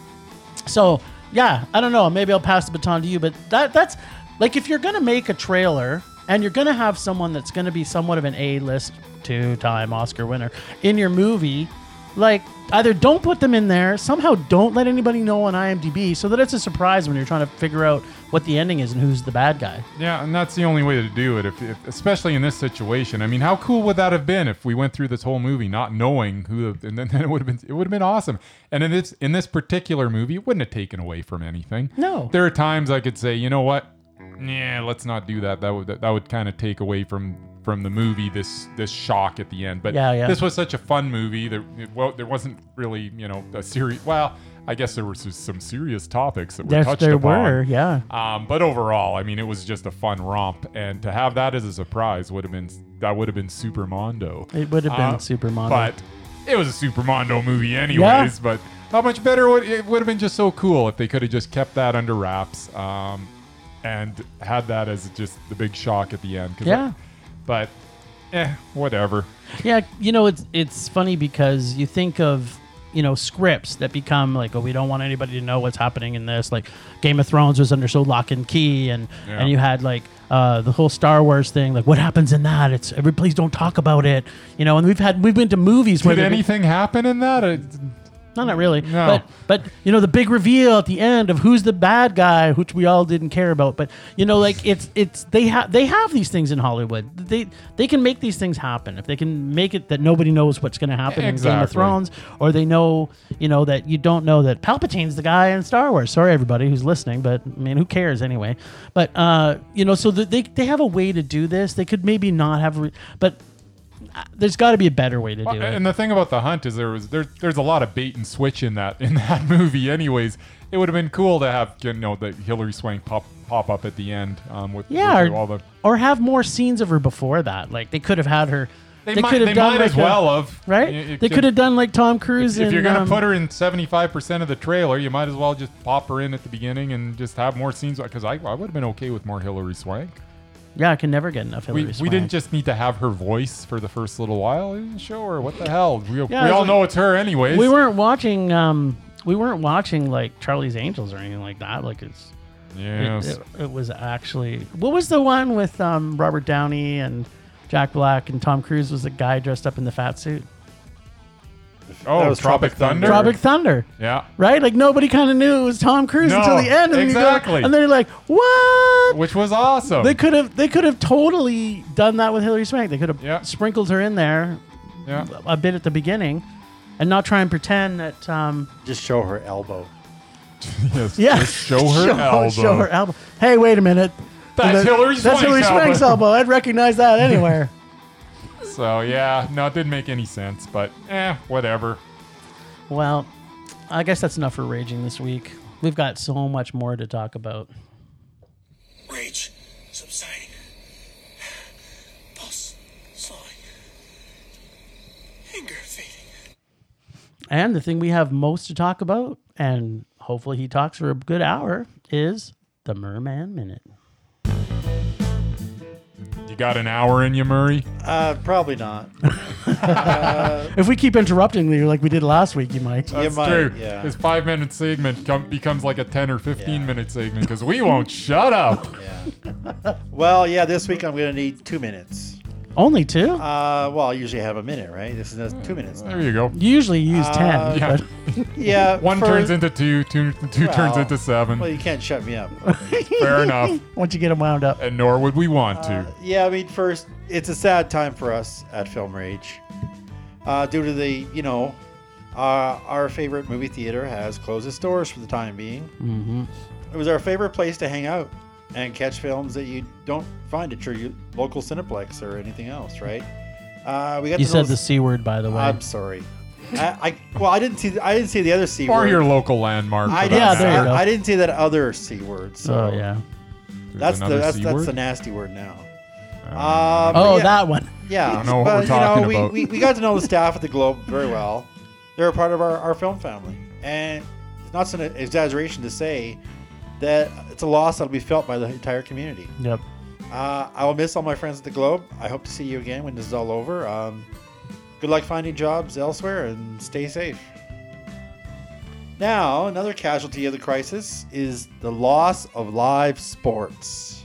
So yeah, I don't know. Maybe I'll pass the baton to you, but that that's like if you're gonna make a trailer and you're gonna have someone that's gonna be somewhat of an A-list two-time Oscar winner in your movie, like either don't put them in there, somehow don't let anybody know on IMDb, so that it's a surprise when you're trying to figure out what the ending is and who's the bad guy.
Yeah, and that's the only way to do it, if, if, especially in this situation. I mean, how cool would that have been if we went through this whole movie not knowing who, the, and then, (laughs) then it would have been it would have been awesome. And in this in this particular movie, it wouldn't have taken away from anything.
No.
there are times I could say, you know what, yeah, let's not do that. That would that, would kind of take away from from the movie this this shock at the end. But
Yeah, yeah.
this was such a fun movie. There well, there wasn't really you know a serious. Well, I guess there were s- some serious topics that were
Yes,
touched
there
upon.
were, yeah.
Um, but overall, I mean, it was just a fun romp, and to have that as a surprise would have been that would have been super mondo.
It would have been
Uh,
super Supermondo.
But it was a super mondo movie, anyways.
Yeah.
But how much better would it would have been? Just so cool if they could have just kept that under wraps, um, and had that as just the big shock at the end. 'Cause
Yeah.
but eh, whatever.
Yeah, you know it's it's funny because you think of you know scripts that become like oh we don't want anybody to know what's happening in this like Game of Thrones was under so lock and key and
Yeah.
and you had like uh, the whole Star Wars thing like what happens in that it's every please don't talk about it you know and we've had we've been to movies where
Did
they've been-
anything happen in that? It-
no, not really.
No.
But but you know the big reveal at the end of who's the bad guy, which we all didn't care about. But you know, like it's it's they have they have these things in Hollywood. They they can make these things happen if they can make it that nobody knows what's going to happen in Game
Exactly.
of Thrones, or they know you know that you don't know that Palpatine's the guy in Star Wars. Sorry, everybody who's listening, but I mean, who cares anyway? But uh, you know, so that they they have a way to do this. They could maybe not have, re- but. uh, There's got to be a better way to do it.
And the thing about the hunt is there was there, there's a lot of bait and switch in that (laughs) in that movie. Anyways, it would have been cool to have you know the Hillary Swank pop pop up at the end um, with,
Yeah,
with
or,
all the.
or have more scenes of her before that. Like they could have had her.
They, might,
could have
they
done
might
like
as
a-
well have
right?
You- you
they
could-
could have done like Tom Cruise.
If
in,
you're gonna
um,
put her in 75% of the trailer, you might as well just pop her in at the beginning and just have more scenes. Because I, I would have been okay with more Hillary Swank.
yeah, I can never get enough
We,
Hillary.
we
Swank.
didn't just need to have her voice for the first little while in the show, or what the hell? We, we
it's
all
like-
know it's her, anyways.
We weren't watching. Um, we weren't watching like Charlie's Angels or anything like that. Like it's. it-
Yes.
It, it was actually what was the one with um, Robert Downey and Jack Black and Tom Cruise was the guy dressed up in the fat suit.
oh,
That was
Tropic
Tropic
Thunder.
Thunder.
Tropic Thunder.
Yeah.
Right, like nobody kind of knew it was Tom Cruise
No,
until the end, and then you
exactly.
go, and then you're like, "What?"
which was awesome.
They could have they could have totally done that with Hillary Swank. They could have
Yeah.
sprinkled her in there (laughs)
yeah.
a bit at the beginning, and not try and pretend that. Um,
Just show her elbow.
Yes.
(laughs) yeah,
Just show her elbow.
Show her elbow. Hey, wait a minute.
That's Hillary
That's
Swank's
Hillary Swank's elbow.
elbow.
I'd recognize that anywhere.
So yeah, no, it didn't make any sense, but eh, whatever.
(laughs) well, I guess that's enough for raging this week. We've got so much more to talk about.
Rage subsiding. (sighs) Pulse slowing. Anger fading.
And the thing we have most to talk about, and hopefully he talks for a good hour, is the Merman Minute.
You got an hour in you, Murray.
Uh,
(laughs)
probably not.
If we keep interrupting you like we did last week, you might.
you
That's
might,
true.
yeah.
This five-minute segment com- becomes like a ten or
Yeah.
fifteen-minute segment because we won't shut
(laughs)
up.
Well, yeah, this week I'm going to need two minutes.
Only two?
Uh, well, I usually have a minute, right? This is two minutes. now.
There you go.
you usually use ten.
Yeah.
but-
Yeah.
One
for-
turns into two, two, two turns
Well,
into seven.
Well, (laughs) you can't shut me up.
Fair enough.
Once you get them wound up.
And nor would we want to.
yeah, I mean, first, it's a sad time for us at Film Rage, uh, due to the you know, uh, our favorite movie theater has closed its doors for the time being. Mm-hmm. It was our favorite place to hang out and catch films that you don't find at your u- local Cineplex or anything else, right? Uh, we got
You
to know
said the c word, by the way.
I'm sorry. I, I well, I didn't see I didn't see the other c
Or
word.
your local landmark.
I
for
didn't,
that
Yeah, there you
matter.
go.
I, I didn't see that other c word. So
oh yeah.
There's
that's the
another
that's,
C
that's
word?
the nasty word now.
Um,
Uh, but
Oh,
yeah,
that one.
Yeah,
don't know what
but
we're
you
talking
know, we,
about.
We, we got to know the staff at the Globe very well. They're a part of our, our film family, and it's not an exaggeration to say that it's a loss that'll be felt by the entire community.
Yep.
Uh, I will miss all my friends at the Globe. I hope to see you again when this is all over. Um, good luck finding jobs elsewhere and stay safe. Now, another casualty of the crisis is the loss of live sports.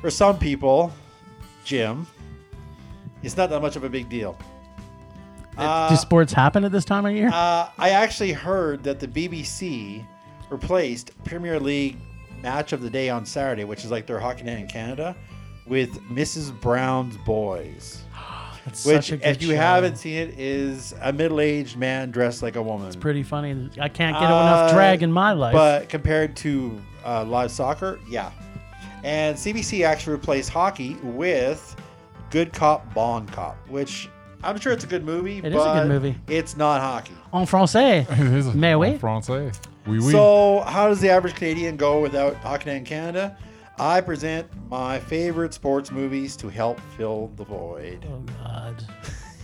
For some people, Jim, it's not that much of a big deal. Uh,
Do sports happen at this time of year?
uh, I actually heard that the BBC replaced Premier League match of the day on Saturday, which is like their hockey night in Canada, with Mrs. Brown's Boys.
It's
Which,
such a good
if you
show.
haven't seen it, is a middle-aged man dressed like a woman.
pretty funny. I can't get enough
Uh,
drag in my life.
But compared to uh, live soccer, yeah. And CBC actually replaced hockey with Good Cop, Bond Cop, which I'm sure it's a good movie.
It is a good
but
movie.
It's not hockey.
en français.
(laughs)
(laughs)
It is a
Mais oui.
Francais. Oui, oui.
So, how does the average Canadian go without Hockey Night in Canada? I present my favorite sports movies to help fill the void.
Oh God.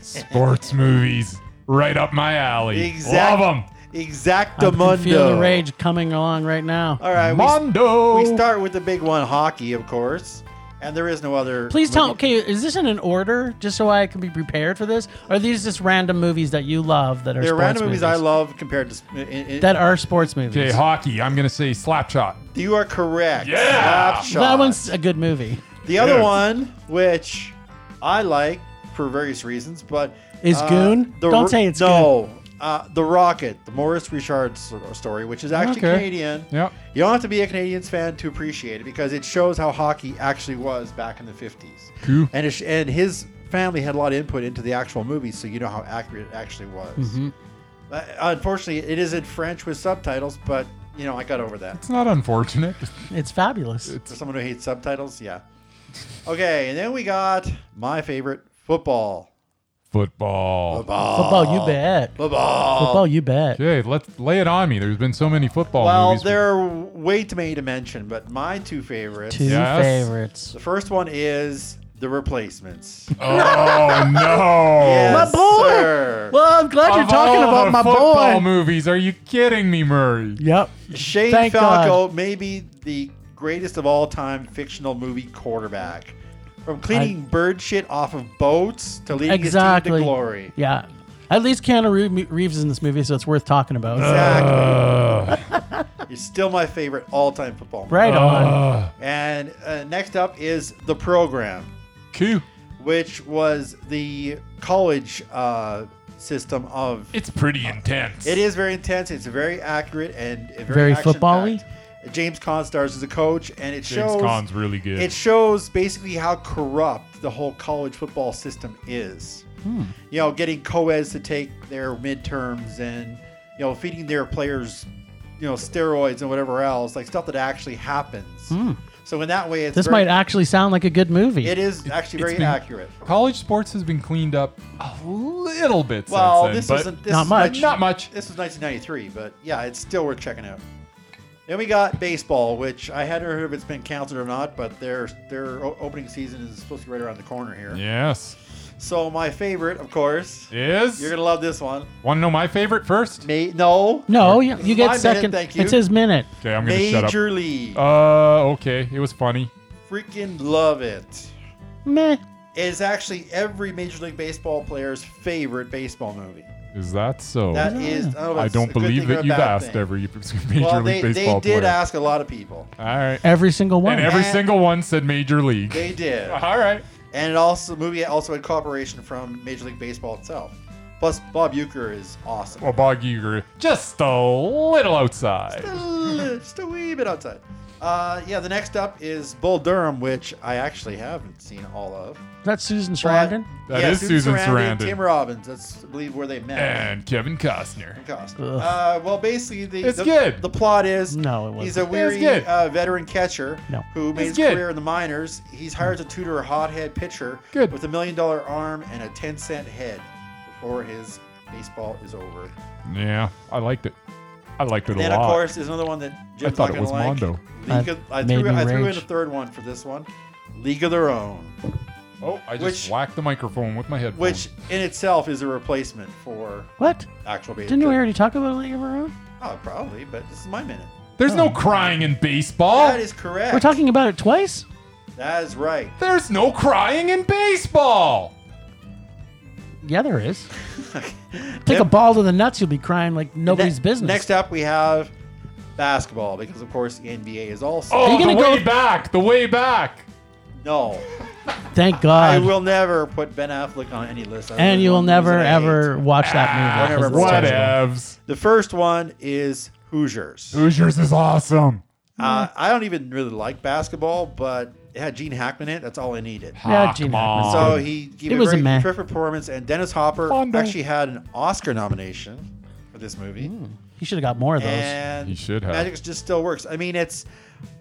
Sports movies. Right up my alley.
Exact-
Love them.
I
Exactamundo.
can feel the rage coming along right now.
All right, we-
Mondo.
we, start with the big one, hockey, of course, and there is no other.
Please tell.
movie-
Okay, is this in an order, just so I can be prepared for this? Or are these just random movies that you love that are
There are
sports
random movies I love compared to. sp- In, in-
that are sports movies?
Okay, hockey. I'm gonna say Slapshot.
you are correct.
Yeah!
Slapshot.
that one's a good movie.
the other
Yes.
one, which I like for various reasons, but uh,
Is Goon?
the
Don't
Ro-
say it's
no. Uh, the Rocket, the Morris Richard s- story, which is actually
Okay.
Canadian.
Yep.
You don't have to be a Canadians fan to appreciate it because it shows how hockey actually was back in the 50s.
Cool.
And, it, sh- and his family had a lot of input into the actual movie, so you know how accurate it actually was. Uh, unfortunately, it is in French with subtitles, but, you know, I got over that.
It's not unfortunate.
It's fabulous.
For someone who hates subtitles, yeah. Okay, and then we got my favorite football.
Football.
Football,
Uh,
you bet.
Football.
Football, you bet.
Okay, let's lay it on me. There's been so many football
Well,
movies.
there are way too many to mention, but my two favorites.
Two
Yes.
favorites.
The first one is The Replacements.
Oh no.
Yes,
boy!
sir.
Well, I'm glad you're
Of all
talking
the
about my
football
boy.
movies. Are you kidding me, Murray?
Yep.
Shane
Thank
Falco may be the greatest of all time fictional movie quarterback. From cleaning bird shit off of boats to leading his
Exactly.
team to glory.
Yeah. At least Keanu Ree- Reeves is in this movie, so it's worth talking about.
Exactly.
Ugh.
(laughs) He's still my favorite all time football. movie.
Uh,
right on.
Ugh.
And uh, next up is The Program.
Cool.
which was the college uh, system of.
It's pretty intense.
It is very intense. It's very accurate and very,
Very
action-packed.
football-y?
James Conn stars as a coach, and it
James
shows
Conn's really good.
it shows basically how corrupt the whole college football system is.
Hmm.
You know, getting co-eds to take their midterms and you know feeding their players, you know, steroids and whatever else, like stuff that actually happens. So in that way, it's
Hmm. This
very,
might actually sound like a good movie.
it is actually
it's
very
been-
accurate.
College sports has been cleaned up a little bit
Well,
since
this
then,
isn't this
Not
is
much.
Not much.
This was 1993, but yeah, it's still worth checking out. Then we got baseball, which I hadn't heard if it's been canceled or not, but their their o- opening season is supposed to be right around the corner here.
Yes.
So my favorite, of course,
Is
you're gonna love this one.
want to know my favorite first?
May no,
no, you,
This
you
is my
get
minute,
second.
thank you.
It's his minute.
Okay, I'm gonna shut up.
Major League,
Uh, okay. It was funny.
freaking love it.
Meh.
It's actually every Major League Baseball player's favorite baseball movie.
Is that so?
That is, I don't, know if
Oh. I
it's a
don't
good
believe
thing or
that
a
you've
bad
asked
thing.
every (laughs) major
Well, they,
league
they
baseball
did
player.
ask a lot of people.
All right.
Every single one.
And every
And-
single one said major league. (laughs)
They did.
All right.
And it also the movie also had cooperation from Major League Baseball itself. Plus Bob Euchre is awesome.
Well, Bog Eager, just a little outside.
Just a wee bit outside. Uh, yeah, the next up is Bull Durham, which I actually haven't seen all of.
That's Susan
That
Sarandon.
is
That is Susan Sarandon.
Tim Robbins. That's I believe where they met.
And Kevin Costner.
Cost. Uh, well, basically, the,
It's
the,
good.
the plot is
No, it
he's
wasn't.
a
It's
weary
good.
uh, veteran catcher
No.
who made
It's
his
good.
career in the minors. He's hired to tutor a hothead pitcher
Good.
with a million dollar arm and a 10 cent head before his baseball is over.
Yeah, I liked it. I liked it
then,
a lot.
of course, there's another one that Jim's
thought
not
it was
gonna like.
Mondo.
That
League of- I,
made
threw,
me
I threw in
rage.
a third one for this one League of Their Own,
oh, I just
which-
whacked the microphone with my headphones.
which in itself is a replacement for
What?
actual baseball.
Didn't we already talk about League of Our Own?
Oh, probably, but this is my minute.
There's no crying in baseball.
That is correct.
We're talking about it twice?
That is right.
There's no crying in baseball.
Yeah, there is.
(laughs)
Take a ball to the nuts, you'll be crying like nobody's
Ne-
business.
Next up, we have basketball because, of course, the NBA is also
Oh,
you
the
gonna go-
way back. The way back.
no.
Thank
I
God.
will never put Ben Affleck on any list. other
and
than
you will
one
never
who's an
ever
eight. Ah,
watch that movie.
Whatever,
'cause it's
whatever.
terrible.
Ah, Whatevs.
The first one is Hoosiers.
Hoosiers is awesome.
Uh, I don't even really like basketball, but it had Gene Hackman in it. That's all I needed.
Yeah,
Ah,
Gene
come
Hackman's
on.
So he gave
It
a
was a
very
meh.
terrific performance, and Dennis Hopper
Fondle.
actually had an Oscar nomination for this movie.
He should have got more of those.
And
He should have.
Magic just still works. I mean, it's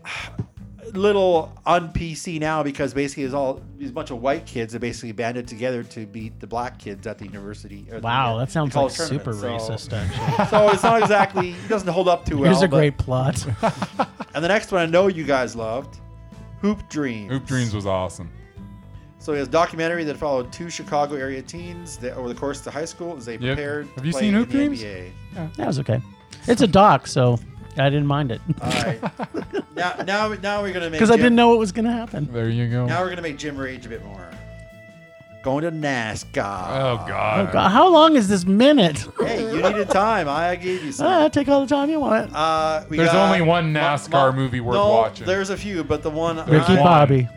(sighs) a little on PC now because basically it's all these bunch of white kids that basically banded together to beat the black kids at the university. or the-
wow,
the
that sounds like
college
super
tournament. So- (laughs)
racist, actually.
So it's
(laughs)
not exactly it doesn't hold up too well.
Here's a
but-
great plot.
(laughs) And the next one I know you guys loved, Hoop Dreams.
Hoop Dreams was awesome.
So his documentary that followed two Chicago area teens that over the course of high school as they prepared.
Have you
to
seen
play
Hoop
in
Dreams?
the NBA.
That was okay. It's a doc, so I didn't mind it
(laughs)
All right. now, now, now we're gonna make
because I
Jim-
didn't know what was going to happen.
There you go.
Now we're gonna make Jim rage a bit more. Going to NASCAR.
oh, God.
God, How long is this minute? (laughs)
hey, you needed time. I gave you
Ah,
some.
take all the time you want.
Uh, we
Uh, There's
got-
only one
Mo-
NASCAR
Mo-
movie worth
no,
watching.
There's a few, but the one
Ricky
one.
I,
Bobby.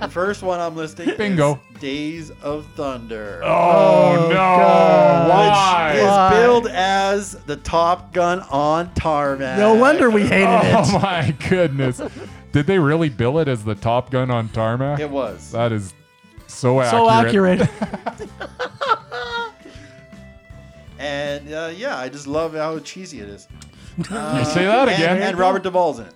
the first one I'm listing
Bingo.
is Days of Thunder.
Oh, no.
God.
Why?
Which is
Why?
billed as the Top Gun on tarmac.
No wonder we hated
Oh
it.
my goodness. Did they really bill it as the Top Gun on tarmac?
It was.
That is so accurate.
So
(laughs)
accurate.
And uh, yeah, I just love how cheesy it is. Uh,
say that
and-
again.
And, Robert Duvall's in it.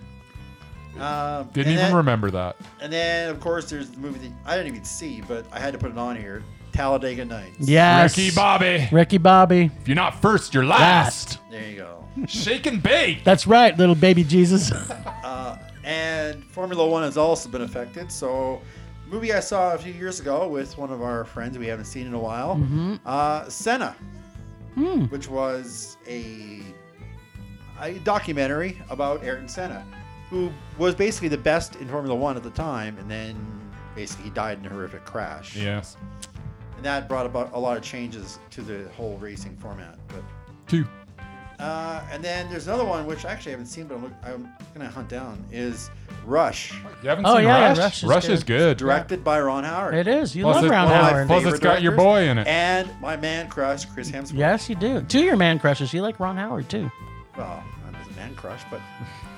Um,
Didn't
and
even
then,
remember that.
And then, of course, there's the movie that I didn't even see, but I had to put it on here Talladega Nights.
Yes.
Ricky Bobby.
Ricky Bobby.
If you're not first, you're last.
Last.
There you go.
Shake and bake.
That's right, little baby Jesus.
Uh, and Formula One has also been affected. So, movie I saw a few years ago with one of our friends we haven't seen in a while, uh, Senna, which was a, a documentary about Ayrton Senna, who was basically the best in Formula One at the time, and then basically he died in a horrific crash.
Yes.
And that brought about a lot of changes to the whole racing format. But
Two.
uh, and then there's another one which actually I haven't seen, but I'm, look, I'm gonna hunt down is Rush,
You haven't
Oh,
seen
yeah,
Rush?
Rush is good.
is good.
directed by Ron
(laughs)
Howard.
it is. You
Plus
love
it-
Round
One of my
Howard.
Plus
favorite
it's got your
directors.
boy in it.
And my man crush, Chris Hemsworth.
Yes, you do. Two of your man crushes. You like Ron Howard too.
Well, I was a man crush, but
(laughs)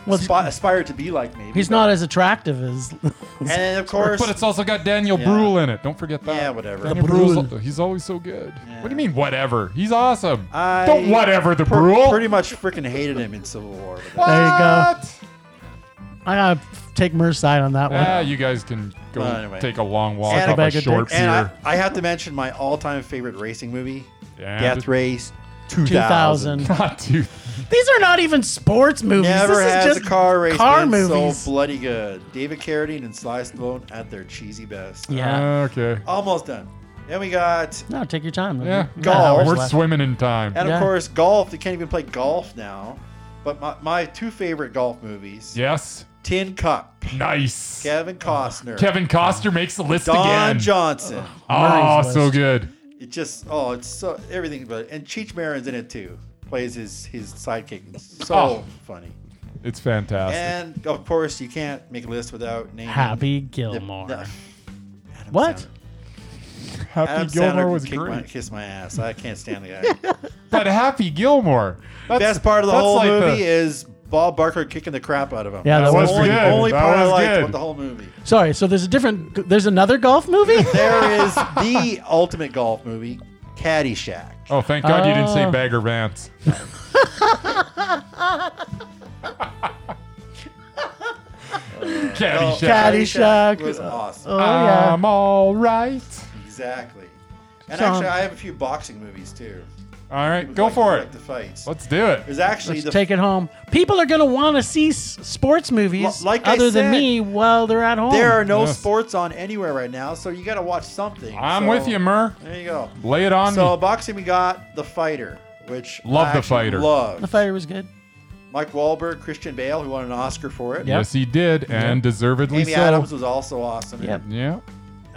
Well,
aspi- aspire to be like maybe.
He's
but-
not as attractive as. (laughs)
And then, of course,
But it's also got Daniel
Yeah.
Bruhl in it. Don't forget that.
yeah, whatever.
The
Daniel
Bruhl's,
Bruhl.
he's always so good.
Yeah.
What do you mean, whatever? He's awesome.
I
Don't whatever the
pr-
Bruhl.
Pretty much freaking hated him in Civil War. But
What?
There you go. I gotta take Mer's side on that one.
Ah, you guys can go
Well, anyway.
take a long walk
And a
off a
bag of
short
dicks.
beer.
and I, (laughs) I have to mention my all-time favorite racing movie,
And-
Death Race 2000.
2000.
Not too.
These are not even sports movies.
Never
this is
has
just
a car race
car
been
movies.
so bloody good. David Carradine and Sly Stallone at their cheesy best.
Uh,
yeah.
Okay.
Almost done. Then we got
No, take your time.
Yeah.
You got
Golf.
hours
We're
left.
swimming in time.
And
Yeah.
of course, golf. You can't even play golf now. But my, my two favorite golf movies:
Yes.
Tin Cup,
Nice.
Kevin Costner,
Kevin Costner makes the list
Don
again.
Johnson.
oh,
Murray's
so
list.
good.
It just oh, it's so everything about it. And Cheech Marin's in it too. Plays his his sidekick. It's So
Oh.
funny.
It's fantastic.
And of course, you can't make a list without naming
Happy
the-
Gilmore.
the- Adam
What?
Sandler.
Happy
Adam
Gilmore
Sandler
was
kick
great.
My, kiss my ass. I can't
(laughs)
stand the guy.
But Happy Gilmore. That's,
Best part of the
that's
whole
like
movie
the-
is Bob Barker kicking the crap out of him.
Yeah,
That's
that
the
was
only,
good.
only
That
part I
was
liked
good.
about the whole movie.
Sorry, so there's a different. There's another golf
(laughs)
movie.
(laughs)
There is the ultimate golf movie, Caddyshack.
Oh, thank God you didn't say
Oh.
Bagger Vance. Caddy
Oh,
shot.
Caddyshack.
was awesome.
oh yeah.
I'm all right.
exactly. And
Sean.
actually, I have a few boxing movies too.
All right,
People
go
like-
for
like
it.
The fights.
Let's do it.
There's actually
Let's
the
take it home. People are gonna want to see s- sports movies
L- like I
other than
said,
me while they're at home.
there are no
Yes.
sports on anywhere right now, so you got to watch something.
I'm
So,
with you, Mur.
There you go.
Lay it on
So
me.
boxing, we got the fighter, which
Love
I
The
actually
Fighter.
Love
the fire was good.
Mike Wahlberg, Christian Bale, who won an Oscar for it.
Yeah.
Yes, he did, and deservedly
Amy
so.
Adams was also awesome. in
Yep.
it.
Yeah,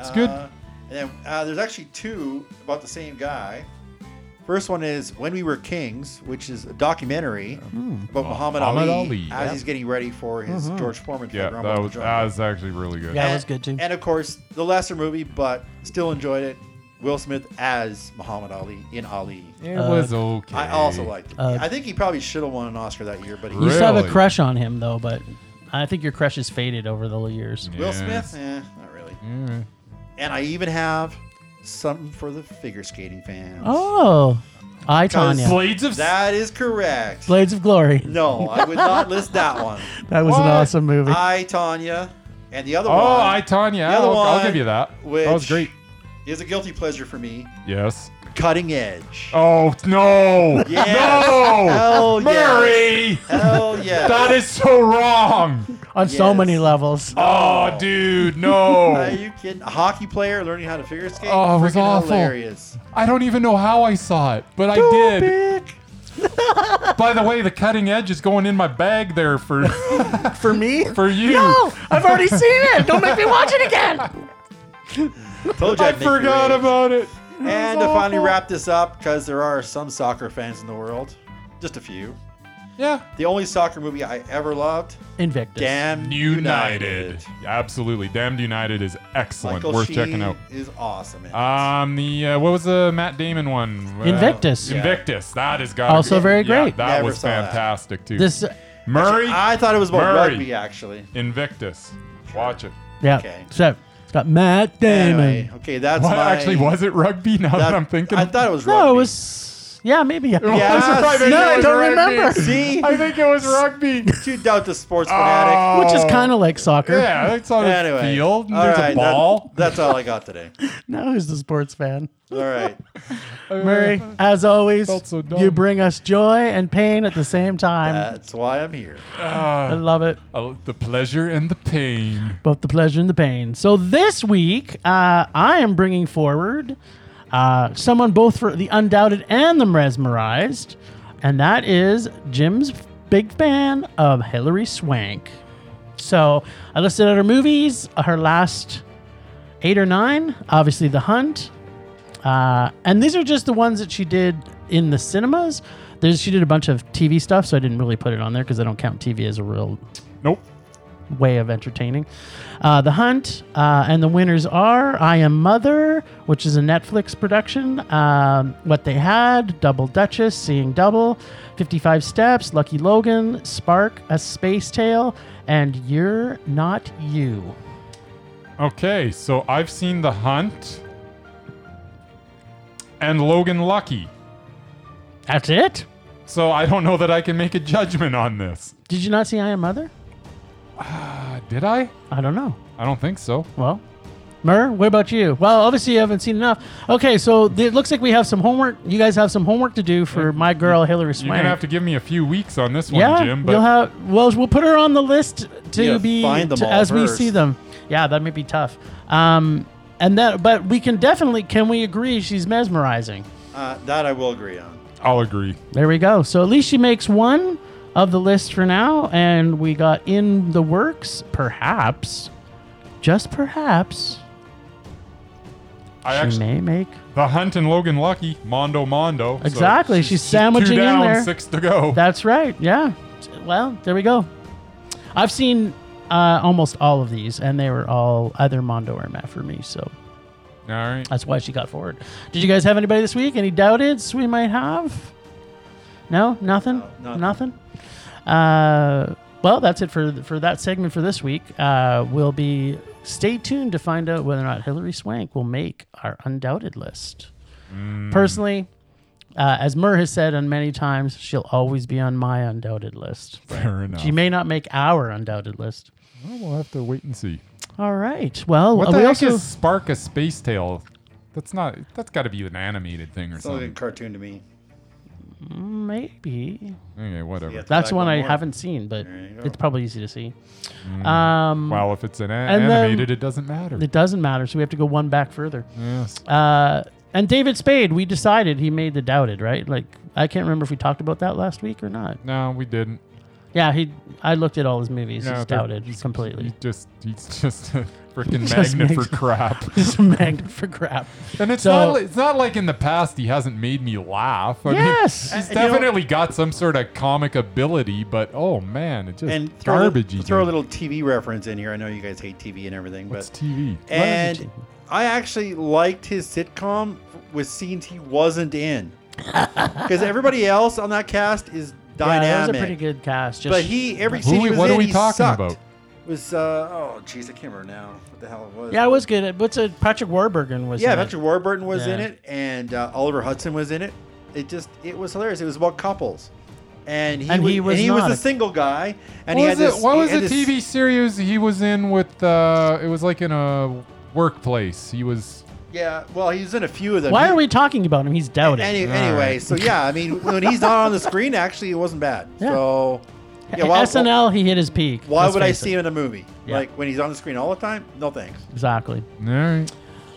it's good.
Uh, and then uh, there's actually two about the same guy. First one is When We Were Kings, which is a documentary about Muhammad,
Hmm. Oh, Muhammad
Ali,
Ali.
as
Yeah.
he's getting ready for his George Foreman. fight,
yeah,
Rumble in
that
the
was
Jungle.
that was actually really good.
Yeah. That
And-
was good, too.
And of course, the lesser movie, but still enjoyed it. Will Smith as Muhammad Ali in Ali.
It was okay.
Uh, I also liked it.
Uh,
I think he probably should have won an Oscar that year, but he,
You used to have a
Really?
crush on him though, but I think your crush has faded over the years.
Will
Yeah.
Smith, eh, not really.
Yeah.
And I even have something for the figure skating fans.
Oh, I
Because-
Tanya,
Blades of
That is correct.
Blades of Glory.
No, I would not list that
(laughs)
one.
That was an
What?
awesome movie.
I Tanya, and the other one
Oh, I Tanya.
The other
I'll, I'll
one,
give you that. that was
which-
great.
is a guilty pleasure for me.
Yes.
Cutting Edge.
Oh no!
Yes.
No!
Hell yes.
Murray! (laughs)
Hell yeah!
That is so wrong.
On so
yes.
many levels.
Oh, dude,
Are
no!
you kidding? A hockey player learning how to figure skate.
Oh, it was
Freaking
awful.
Hilarious.
I don't even know how I saw it, but I did. By the way, the cutting edge is going in my bag there
(laughs)
for
For me?
for you.
No, I've already seen it. Don't make me watch it again.
Told you
I
I'd make you
forgot
rage.
about it.
And to finally wrap this up, because there are some soccer fans in the world, just a few.
Yeah.
The only soccer movie I ever loved,
Invictus.
Damn United.
United. Absolutely. Damned United is excellent.
Michael
Worth
Sheen
checking out.
is awesome. in it.
Um, the uh, what was the Matt Damon one? Uh,
Invictus.
Invictus. That is got
Also very great.
that
Never
was
saw that.
fantastic too.
This, uh,
Murray
I thought it was about
Murray.
rugby, actually.
Invictus. Watch it.
yeah.
Okay.
So it's got Matt Damon.
Anyway, okay, that's
What (laughs)
my,
actually was it rugby? Now that,
that-
I'm thinking,
I thought it was rugby.
No, it was. Yeah, (laughs) maybe. Yeah.
Yeah,
right,
see,
I
no, I
think it
don't
was rugby. (laughs)
remember.
See,
I think it was
(laughs)
rugby.
you doubt the sports fanatic.
Which is
Oh.
kind of like soccer.
Yeah, it's on
Anyway,
a field. And
all
there's
right,
a
that-
ball.
that's all I
(laughs)
got today.
Now he's the sports fan.
All right.
Um, Murray, as always,
Felt so dumb.
you bring us joy and pain at the same time.
That's why I'm here.
I love it.
Oh, the pleasure and the pain.
both the pleasure and the pain. So this week, uh, I am bringing forward uh, someone both for the undoubted and the mesmerized, and that is Jim's big fan of Hilary Swank. So I listed out her movies, uh, her last eight or nine, obviously The Hunt, uh, and these are just the ones that she did in the cinemas. There's, she did a bunch of TV stuff, so I didn't really put it on there because I don't count TV as a real
Nope.
way of entertaining. Uh, the Hunt uh, and the winners are I Am Mother, which is a Netflix production. Um, what they had: Double Duchess, Seeing Double, Fifty Five Steps, Lucky Logan, Spark, A Space Tale, and You're Not You.
Okay, so I've seen The Hunt and Logan Lucky.
That's it.
So I don't know that I can make a judgment on this.
Did you not see I Am Mother?
Uh, did I?
I don't know.
I don't think so.
Well, Mur, what about you? Well, obviously you haven't seen enough. Okay, so th- it looks like we have some homework. You guys have some homework to do for my girl Hillary Swank.
You're gonna have to give me a few weeks on this one,
yeah,
Jim. But
you'll have. Well, we'll put her on the list to
Yeah,
be
find them
to-
all
as we see
first.
them. Yeah, that may be tough. Um, and that, but we can definitely can we agree she's mesmerizing.
Uh, that I will agree on.
I'll agree.
There we go. So at least she makes one of the list for now, and we got in the works, perhaps, just perhaps,
I
she
actually
may make
The Hunt and Logan Lucky, Mondo Mondo. So
Exactly, she's sandwiching
two
in
down,
there.
Six to go.
That's right. Yeah. Well, there we go. I've seen uh, almost all of these, and they were all either Mondo or Matt for me. So
All right.
that's why she got forward. Did you guys have anybody this week? Any doubted we might have? No, nothing.
No,
nothing. Uh, well, that's it for for that segment for this week. Uh, we'll be stay tuned to find out whether or not Hillary Swank will make our undoubted list.
Mm.
Personally, uh, as Murr has said on many times, she'll always be on my undoubted list.
Fair enough.
She may not make our undoubted list.
Well, we'll have to wait and see.
All right. Well,
What
uh,
the
we
heck
also
is Spark a Space Tail? That's not. That's got to be an animated thing or
It's only a
something.
cartoon to me.
maybe
Okay, whatever.
Yeah.
That's
Back
one
one
I
more.
haven't seen, but
There you go.
it's probably easy to see. Um,
Well, if it's an a-
And then-
animated, it doesn't matter.
it doesn't matter, so we have to go one back further.
yes.
Uh, and David Spade, we decided he made the doubted, right? Like I can't remember if we talked about that last week or not.
no, we didn't.
Yeah, he. I looked at all his movies.
No,
he's
they're-
doubted completely.
He just he's just a (laughs) freaking
Just
magnet for
makes-
crap.
(laughs) He's a magnet for crap.
And it's
So-
not li- it's not like in the past he hasn't made me laugh. I mean, he's
Yes.
And- and you know-
definitely got some sort of comic ability, but oh man, it's just
And throw,
garbage.
A,
he's
throw a
in.
little TV reference in here. I know you guys hate TV and everything,
What's
but
TV?
and I actually liked his sitcom with scenes he wasn't in because everybody else on that cast is
Yeah,
dynamic.
that was a pretty good cast. Just
But he every
Who
scene
we-
he was
what
in,
are we
he
talking
sucked.
about?
It was uh, oh jeez, I can't remember now what the hell it was.
Yeah, it was good. What's a Patrick Warburton was.
Yeah,
in it.
Patrick Warburton was in
Yeah.
it, and uh, Oliver Hudson was in it. It just it was hilarious. It was about couples, and he
And
was,
he was
and he
not
was
a-
a single guy, and
what
he
was,
had this.
it, what
he
was
had
the
this-
TV series he was in with? Uh, it was like in a workplace. He was
Yeah, well, he was in a few of them.
Why
He-
are we talking about him? He's doubted.
Any,
All
anyway,
right.
so yeah, I mean, when he's not on the screen, actually, it wasn't bad.
Yeah.
So, yeah,
At
why,
SNL, he hit his peak.
why
let's
would I
face
see
it.
him in a movie?
Yeah.
Like when he's on the screen all the time? No thanks.
Exactly.
all right.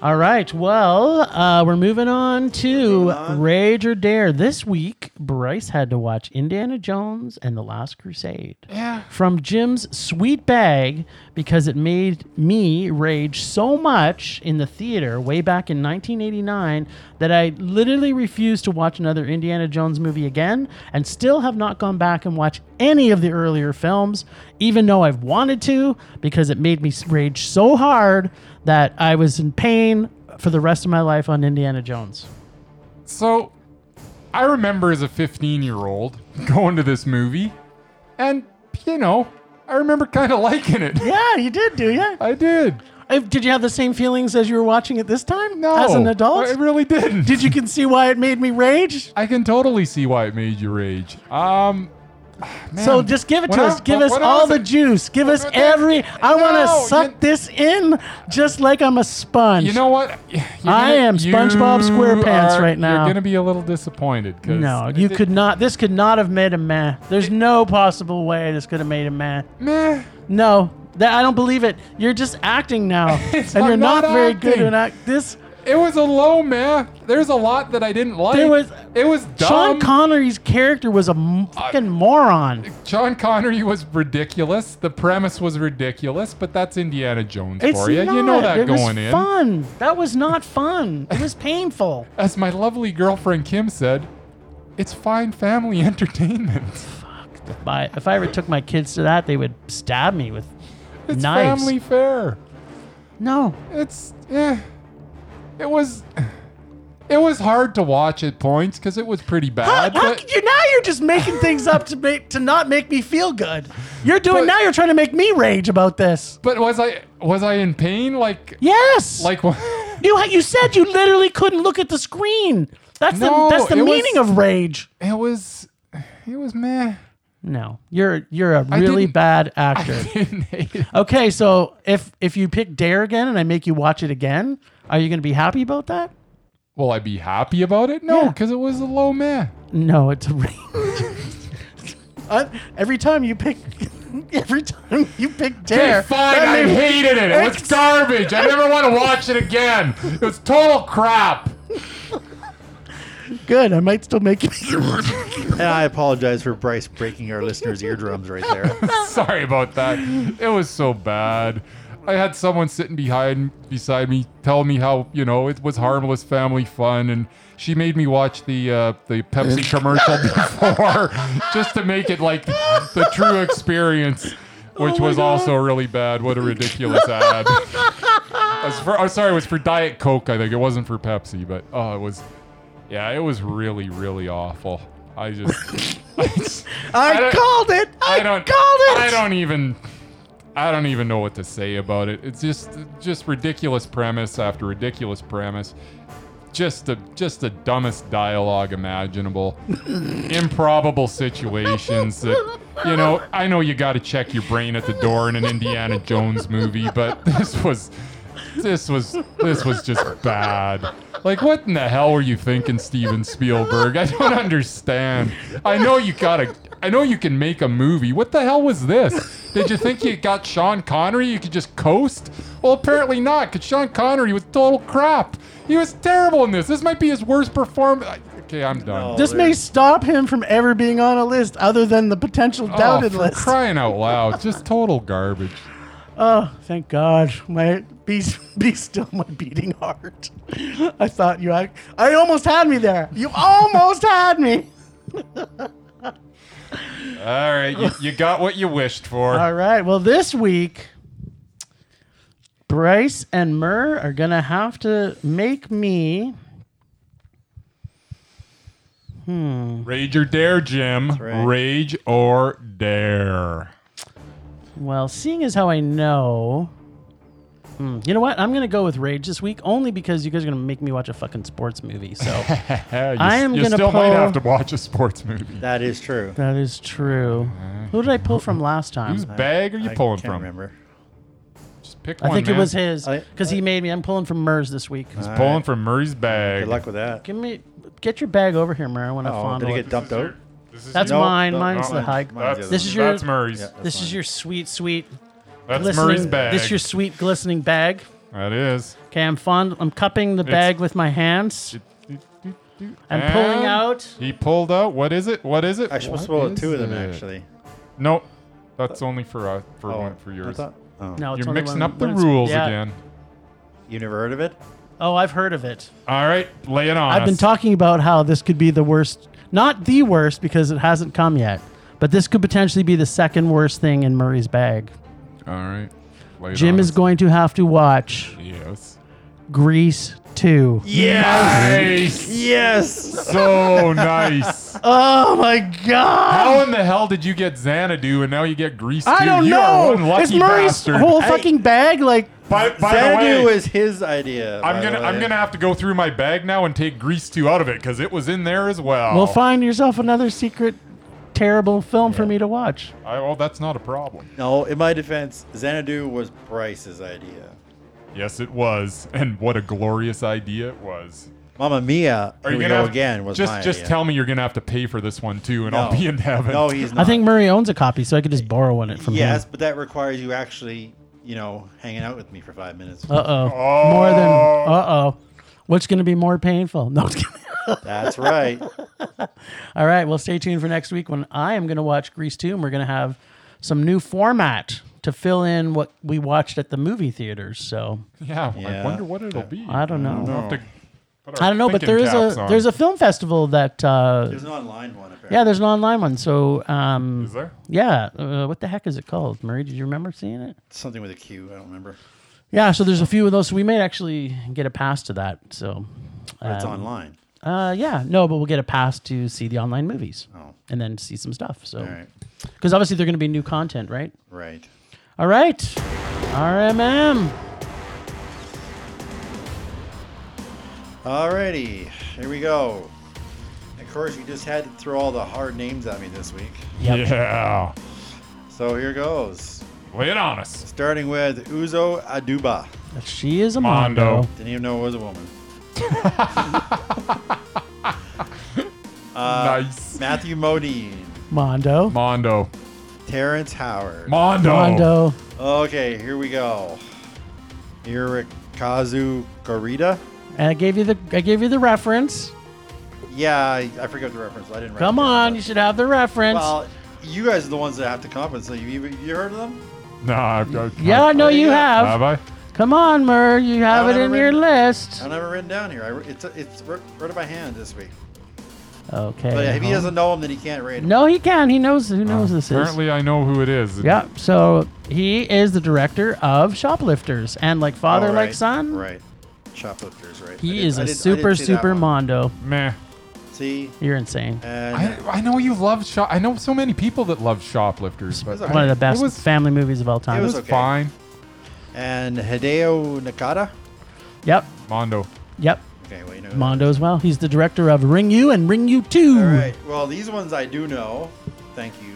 All right. Well, uh, we're moving on to
moving on.
Rage or Dare. This week, Bryce had to watch Indiana Jones and the Last Crusade
Yeah.
from Jim's sweet bag because it made me rage so much in the theater way back in 1989 that I literally refused to watch another Indiana Jones movie again and still have not gone back and watched any of the earlier films, even though I've wanted to because it made me s- rage so hard that I was in pain for the rest of my life on Indiana Jones.
So I remember as a 15 year old going to this movie, and you know, I remember kind of liking it. (laughs)
Yeah, you did, do you?
I did.
Did you have the same feelings as you were watching it this time?
No,
As an adult?
I really didn't.
Did you can see why it made me rage?
I can totally see why it made you rage. Um,
So
man,
just give it
when
to
I-
us. Give
when
us
I
all
was
the
a-
juice. Give us
no, no,
every. I want
no,
to
you-
suck this in, just like I'm a sponge.
You know what? You're
I
gonna-
am SpongeBob
you
SquarePants
are-
right now.
You're gonna be a little disappointed. 'cause
no,
I
you
did-
could not. This could not have made a man. There's no possible way this could have made a man.
Meh.
No, that I don't believe it. You're just acting now,
(laughs) It's-
and you're
I'm
not,
not
very good
acting.
at act. This
It was a low meh. There's a lot that I didn't like.
There was-
It was
Sean
dumb. Uh,
Connery's character was a m- fucking moron.
Sean Connery was ridiculous. The premise was ridiculous, but that's Indiana Jones
It's
for you.
not.
You know that
it
going
was
in.
Fun. That was not fun. It was painful.
As my lovely girlfriend Kim said, it's fine family (laughs) entertainment.
my if I ever took my kids to that, they would stab me with
It's
knives.
family fair.
No,
It's eh. It was it was hard to watch at points because it was pretty
how,
bad.
how
but
could you now? You're just making things up to make to not make me feel good. You're doing
But-
now. You're trying to make me rage about this.
but was I was I in pain? Like
Yes,
like what? (laughs)
you ha- you said you literally couldn't look at the screen. That's
No,
the that's the
it was-
meaning of rage.
It was it was
(laughs)
meh. (laughs)
No, you're you're a really
didn't-
bad
(laughs)
actor. okay, so if if you pick Dare again and I make you watch it again, are you going to be happy about that?
Will I be happy about it? No,
Yeah.
because it was a low meh.
No, it's a range. (laughs) Uh, every time you pick, (laughs) every time you pick dare,
Okay, fine.
that
I
made-
hated it. It was garbage. I never want to watch it again. It was total crap.
good. I might
(laughs)
still make it.
And I apologize for Bryce breaking our listeners' eardrums right (laughs) there.
(laughs) Sorry about that. It was so bad. I had someone sitting behind beside me tell me how you know it was harmless family fun, and she made me watch the uh, the Pepsi commercial before just to make it like the true experience, which was also really bad. What a ridiculous ad! As for, oh, sorry, it was for Diet Coke. I think it wasn't for Pepsi, but oh, it was. Yeah, it was really really awful. I just. I just- I
I
don't-
called it. I,
I don't.
called it.
I don't even. I don't even know what to say about it. It's just just ridiculous premise after ridiculous premise. Just the just the dumbest dialogue imaginable. Improbable situations that you know, I know you gotta check your brain at the door in an Indiana Jones movie, but (laughs) this was this was this was just bad. Like what in the hell were you thinking, Steven Spielberg? I don't understand. I know you gotta I know you can make a movie. What the hell was this? Did you think you got Sean Connery? You could just coast? Well apparently not, because Sean Connery was total crap. He was terrible in this. This might be his worst performance. Okay, I'm done.
No.
This may stop him from ever being on a list other than the potential
Oh,
doubted
for
list.
crying out loud. Just total garbage.
Oh, thank God. My be, be still my beating heart. (laughs) I thought you had I almost had me there. You almost had me.
All right, you, you got what you wished for.
All right. Well, this week Bryce and Murr are going to have to make me
Rage or dare, Jim.
right.
Rage or dare.
Well, seeing as how I know. Hmm, you know what? I'm going to go with Rage this week only because you guys are going to make me watch a fucking sports movie.
(laughs)
So
Yeah, you,
I
s-
am
you
gonna
still might
pull-
have to watch a sports movie.
That is true.
that is true. Who did I pull from last time?
Whose bag are you
I
pulling
can't
from?
remember.
Just pick
I
one.
think it
man.
was his
I- Uh,
because he made me. I'm pulling from Murs this week.
He's pulling from Murray's bag.
Good luck with that.
Give me, get your bag over here, Murr. I want to
Oh, did
fondle
it
it.
get dumped out?
This is
That's
your-
Nope,
mine.
no,
Mine's
no,
the high.
mine. Mine's the
That's,
other
This is your-
That's Murray's.
Yeah.
This is
mine.
your sweet, sweet
That's Murray's
glistening.
bag.
This your sweet glistening bag.
that is.
Okay, I'm fond. I'm cupping the bag with my hands. I'm pulling
And
out.
He pulled out. What is it? What is it?
I should
What
swallow
is
two of them
it?
actually.
Nope. That's only for uh, for
Oh,
one for
I
yours.
thought- oh.
No, it's
You're
only
mixing
one-
up the
when it's-
rules
yeah.
again.
You never heard of it?
Oh, I've heard of it.
All right, lay it on.
I've been
us.
talking about how this could be the worst, not the worst because it hasn't come yet, but this could potentially be the second worst thing in Murray's bag.
All right. Lay it
Jim
on
is
us.
going to have to watch
Yes.
Grease 2.
Yes.
Yes.
so nice.
(laughs) Oh my God.
How in the hell did you get Xanadu and now you get Grease?
I
too?
don't
you Are
know.
one lucky
It's Murray's
bastard.
whole
Hey.
fucking bag. Like,
by, by the
Xanadu
way,
is his idea. by
I'm
the
gonna
way.
I'm gonna have to go through my bag now and take Grease two out of it because it was in there as well.
well, find yourself another secret, terrible film for me to watch.
I, well, that's not a problem.
No, in my defense, Xanadu was Bryce's idea.
Yes, it was, and what a glorious idea it was.
Mama Mia,
Are
here
you
we
gonna
go
have-
again, was
just
my
just
idea.
tell me you're gonna have to pay for this one too, and
no.
I'll be in heaven.
No, he's
I
not.
think Murray owns a copy, so I could just borrow one it from
Yes,
him.
but that requires you actually, you know, hanging out with me for five minutes.
Uh oh. More than. Uh oh. What's going to be more painful? (laughs) No, it's gonna- (laughs)
That's right.
All right. Well, stay tuned for next week when I am going to watch Grease 2, and we're going to have some new format to fill in what we watched at the movie theaters. So
Yeah, I
Yeah.
wonder what it'll be.
I don't know.
We'll have to put our
I don't know, but
thinking
there is
caps
a
on.
there's a film festival that uh,
There's an online one apparently.
yeah, there's an online one. So um,
Is there?
Yeah. Uh, what the heck is it called? Marie, did you remember seeing it?
something with a Q. I don't remember.
Yeah. So there's a few of those. So we may actually get a pass to that. So,
But it's
um,
online.
Uh, yeah. No, but we'll get a pass to see the online movies
Oh,
and then see some stuff. So,
all right,
because obviously they're going to be new content, right?
right.
All right. RMM.
Alrighty, here we go. Of course, you just had to throw all the hard names at me this week.
Yep.
Yeah,
So here goes.
lay it on us.
Starting with Uzo Aduba.
She is a
Mondo.
Mondo.
Didn't even know it was a woman.
nice,
Matthew Modine.
Mondo. Mondo.
Mondo.
Terrence Howard.
Mondo.
Okay, here we go. Eric Kazu Garita.
And I gave you the I gave you the reference.
Yeah, I, I forgot the reference. I didn't. write
Come
it down,
on,
but-
you should have the reference.
Well, you guys are the ones that have to compensate. You, you heard of them?
Nah, I've got.
yeah, I know
there you
you
go.
have.
Have I?
Come on, Mur, you have
don't
it
have
in
it
your
written-
list.
I don't have it written down here. I, wr- it's it's wr- wrote it by hand this week.
Okay.
But if he
hold-
doesn't know them, then he can't rate them.
No, he can. He knows who knows this
Oh, Apparently, I know who it is.
is. Yeah. So he is the director of Shoplifters and like father, like son.
Right. Shoplifters, right. I
He
did-
is
I
a
did- I did
super
see that
super
one.
mondo.
Meh.
See,
You're insane.
and
I, I know you love shop. I know so many people that love shoplifters, but
It's okay.
One of the
it
best
was-
family movies of all
it
time.
was
was okay.
fine.
and Hideo Nakata.
yep.
Mondo.
Yep.
Okay, well you know. who that
Mondo as well. He's the director of Ring You and Ring You Two.
is. All right. Well, these ones I do know. Thank you.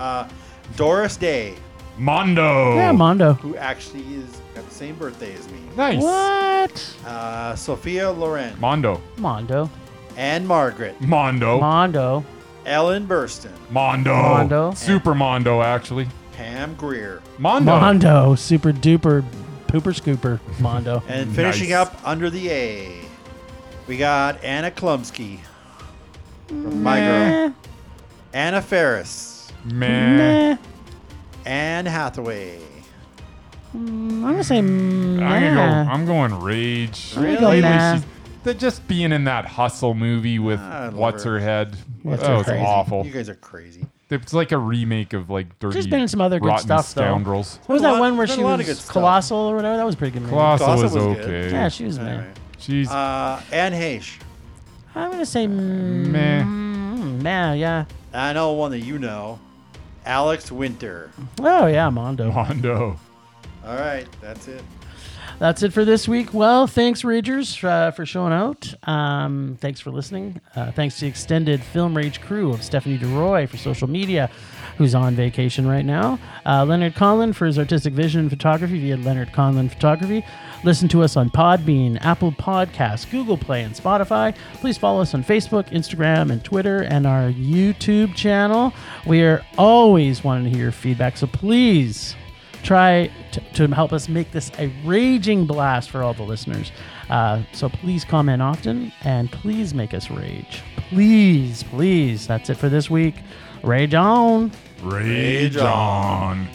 Uh, Doris Day,
Mondo.
Oh.
Yeah, Mondo.
who actually is got the same birthday as me.
Nice.
What?
Uh, Sophia Loren,
Mondo.
Mondo.
Anne Margaret, Oh.
Mondo.
Mondo.
Ellen Burstyn,
Mondo.
Mondo.
Super Mondo, actually.
Pam Greer,
Mondo.
Mondo. Super duper pooper scooper.
(laughs)
Mondo.
Eh. and finishing
Nice.
up under the A, we got Anna Klumsky. My girl. Anna Ferris.
Man,
Eh,
Anne Hathaway.
I'm gonna say.
I'm gonna
nah.
go. I'm going rage.
I'm gonna go
Lately,
nah.
she's th- just being in that hustle movie with
I love
what's her,
her.
head.
What's
that
Her
was
Head.
awful.
You guys are crazy.
It's like a remake of like Dirty.
been in some other good
Rotten
stuff, though.
Scoundrels.
What was
There's a
that
lot-
one where
there's
she
a lot of good
was
stuff.
colossal or whatever? That Mm, was a pretty good. Movie.
Colossal
Colossal
was,
was good.
okay.
Yeah, she was.
All
Meh.
right.
She's
Uh, Anne Heche.
I'm gonna say.
meh.
Mm, man, yeah.
I know one that you know. Alex Winter.
Oh yeah, Mondo.
Mondo.
All right, that's it.
That's it for this week. Well, thanks, Ragers, uh, for showing out. Um, thanks for listening. Uh, thanks to the extended Film Rage crew of Stephanie DeRoy for social media, who's on vacation right now. Uh, Leonard Conlon for his artistic vision and photography via Leonard Conlon Photography. Listen to us on Podbean, Apple Podcasts, Google Play, and Spotify. Please follow us on Facebook, Instagram, and Twitter, and our YouTube channel. We are always wanting to hear your feedback, so please try to, to help us make this a raging blast for all the listeners. Uh, so please comment often and please make us rage. Please, please. That's it for this week. Rage on.
Rage on.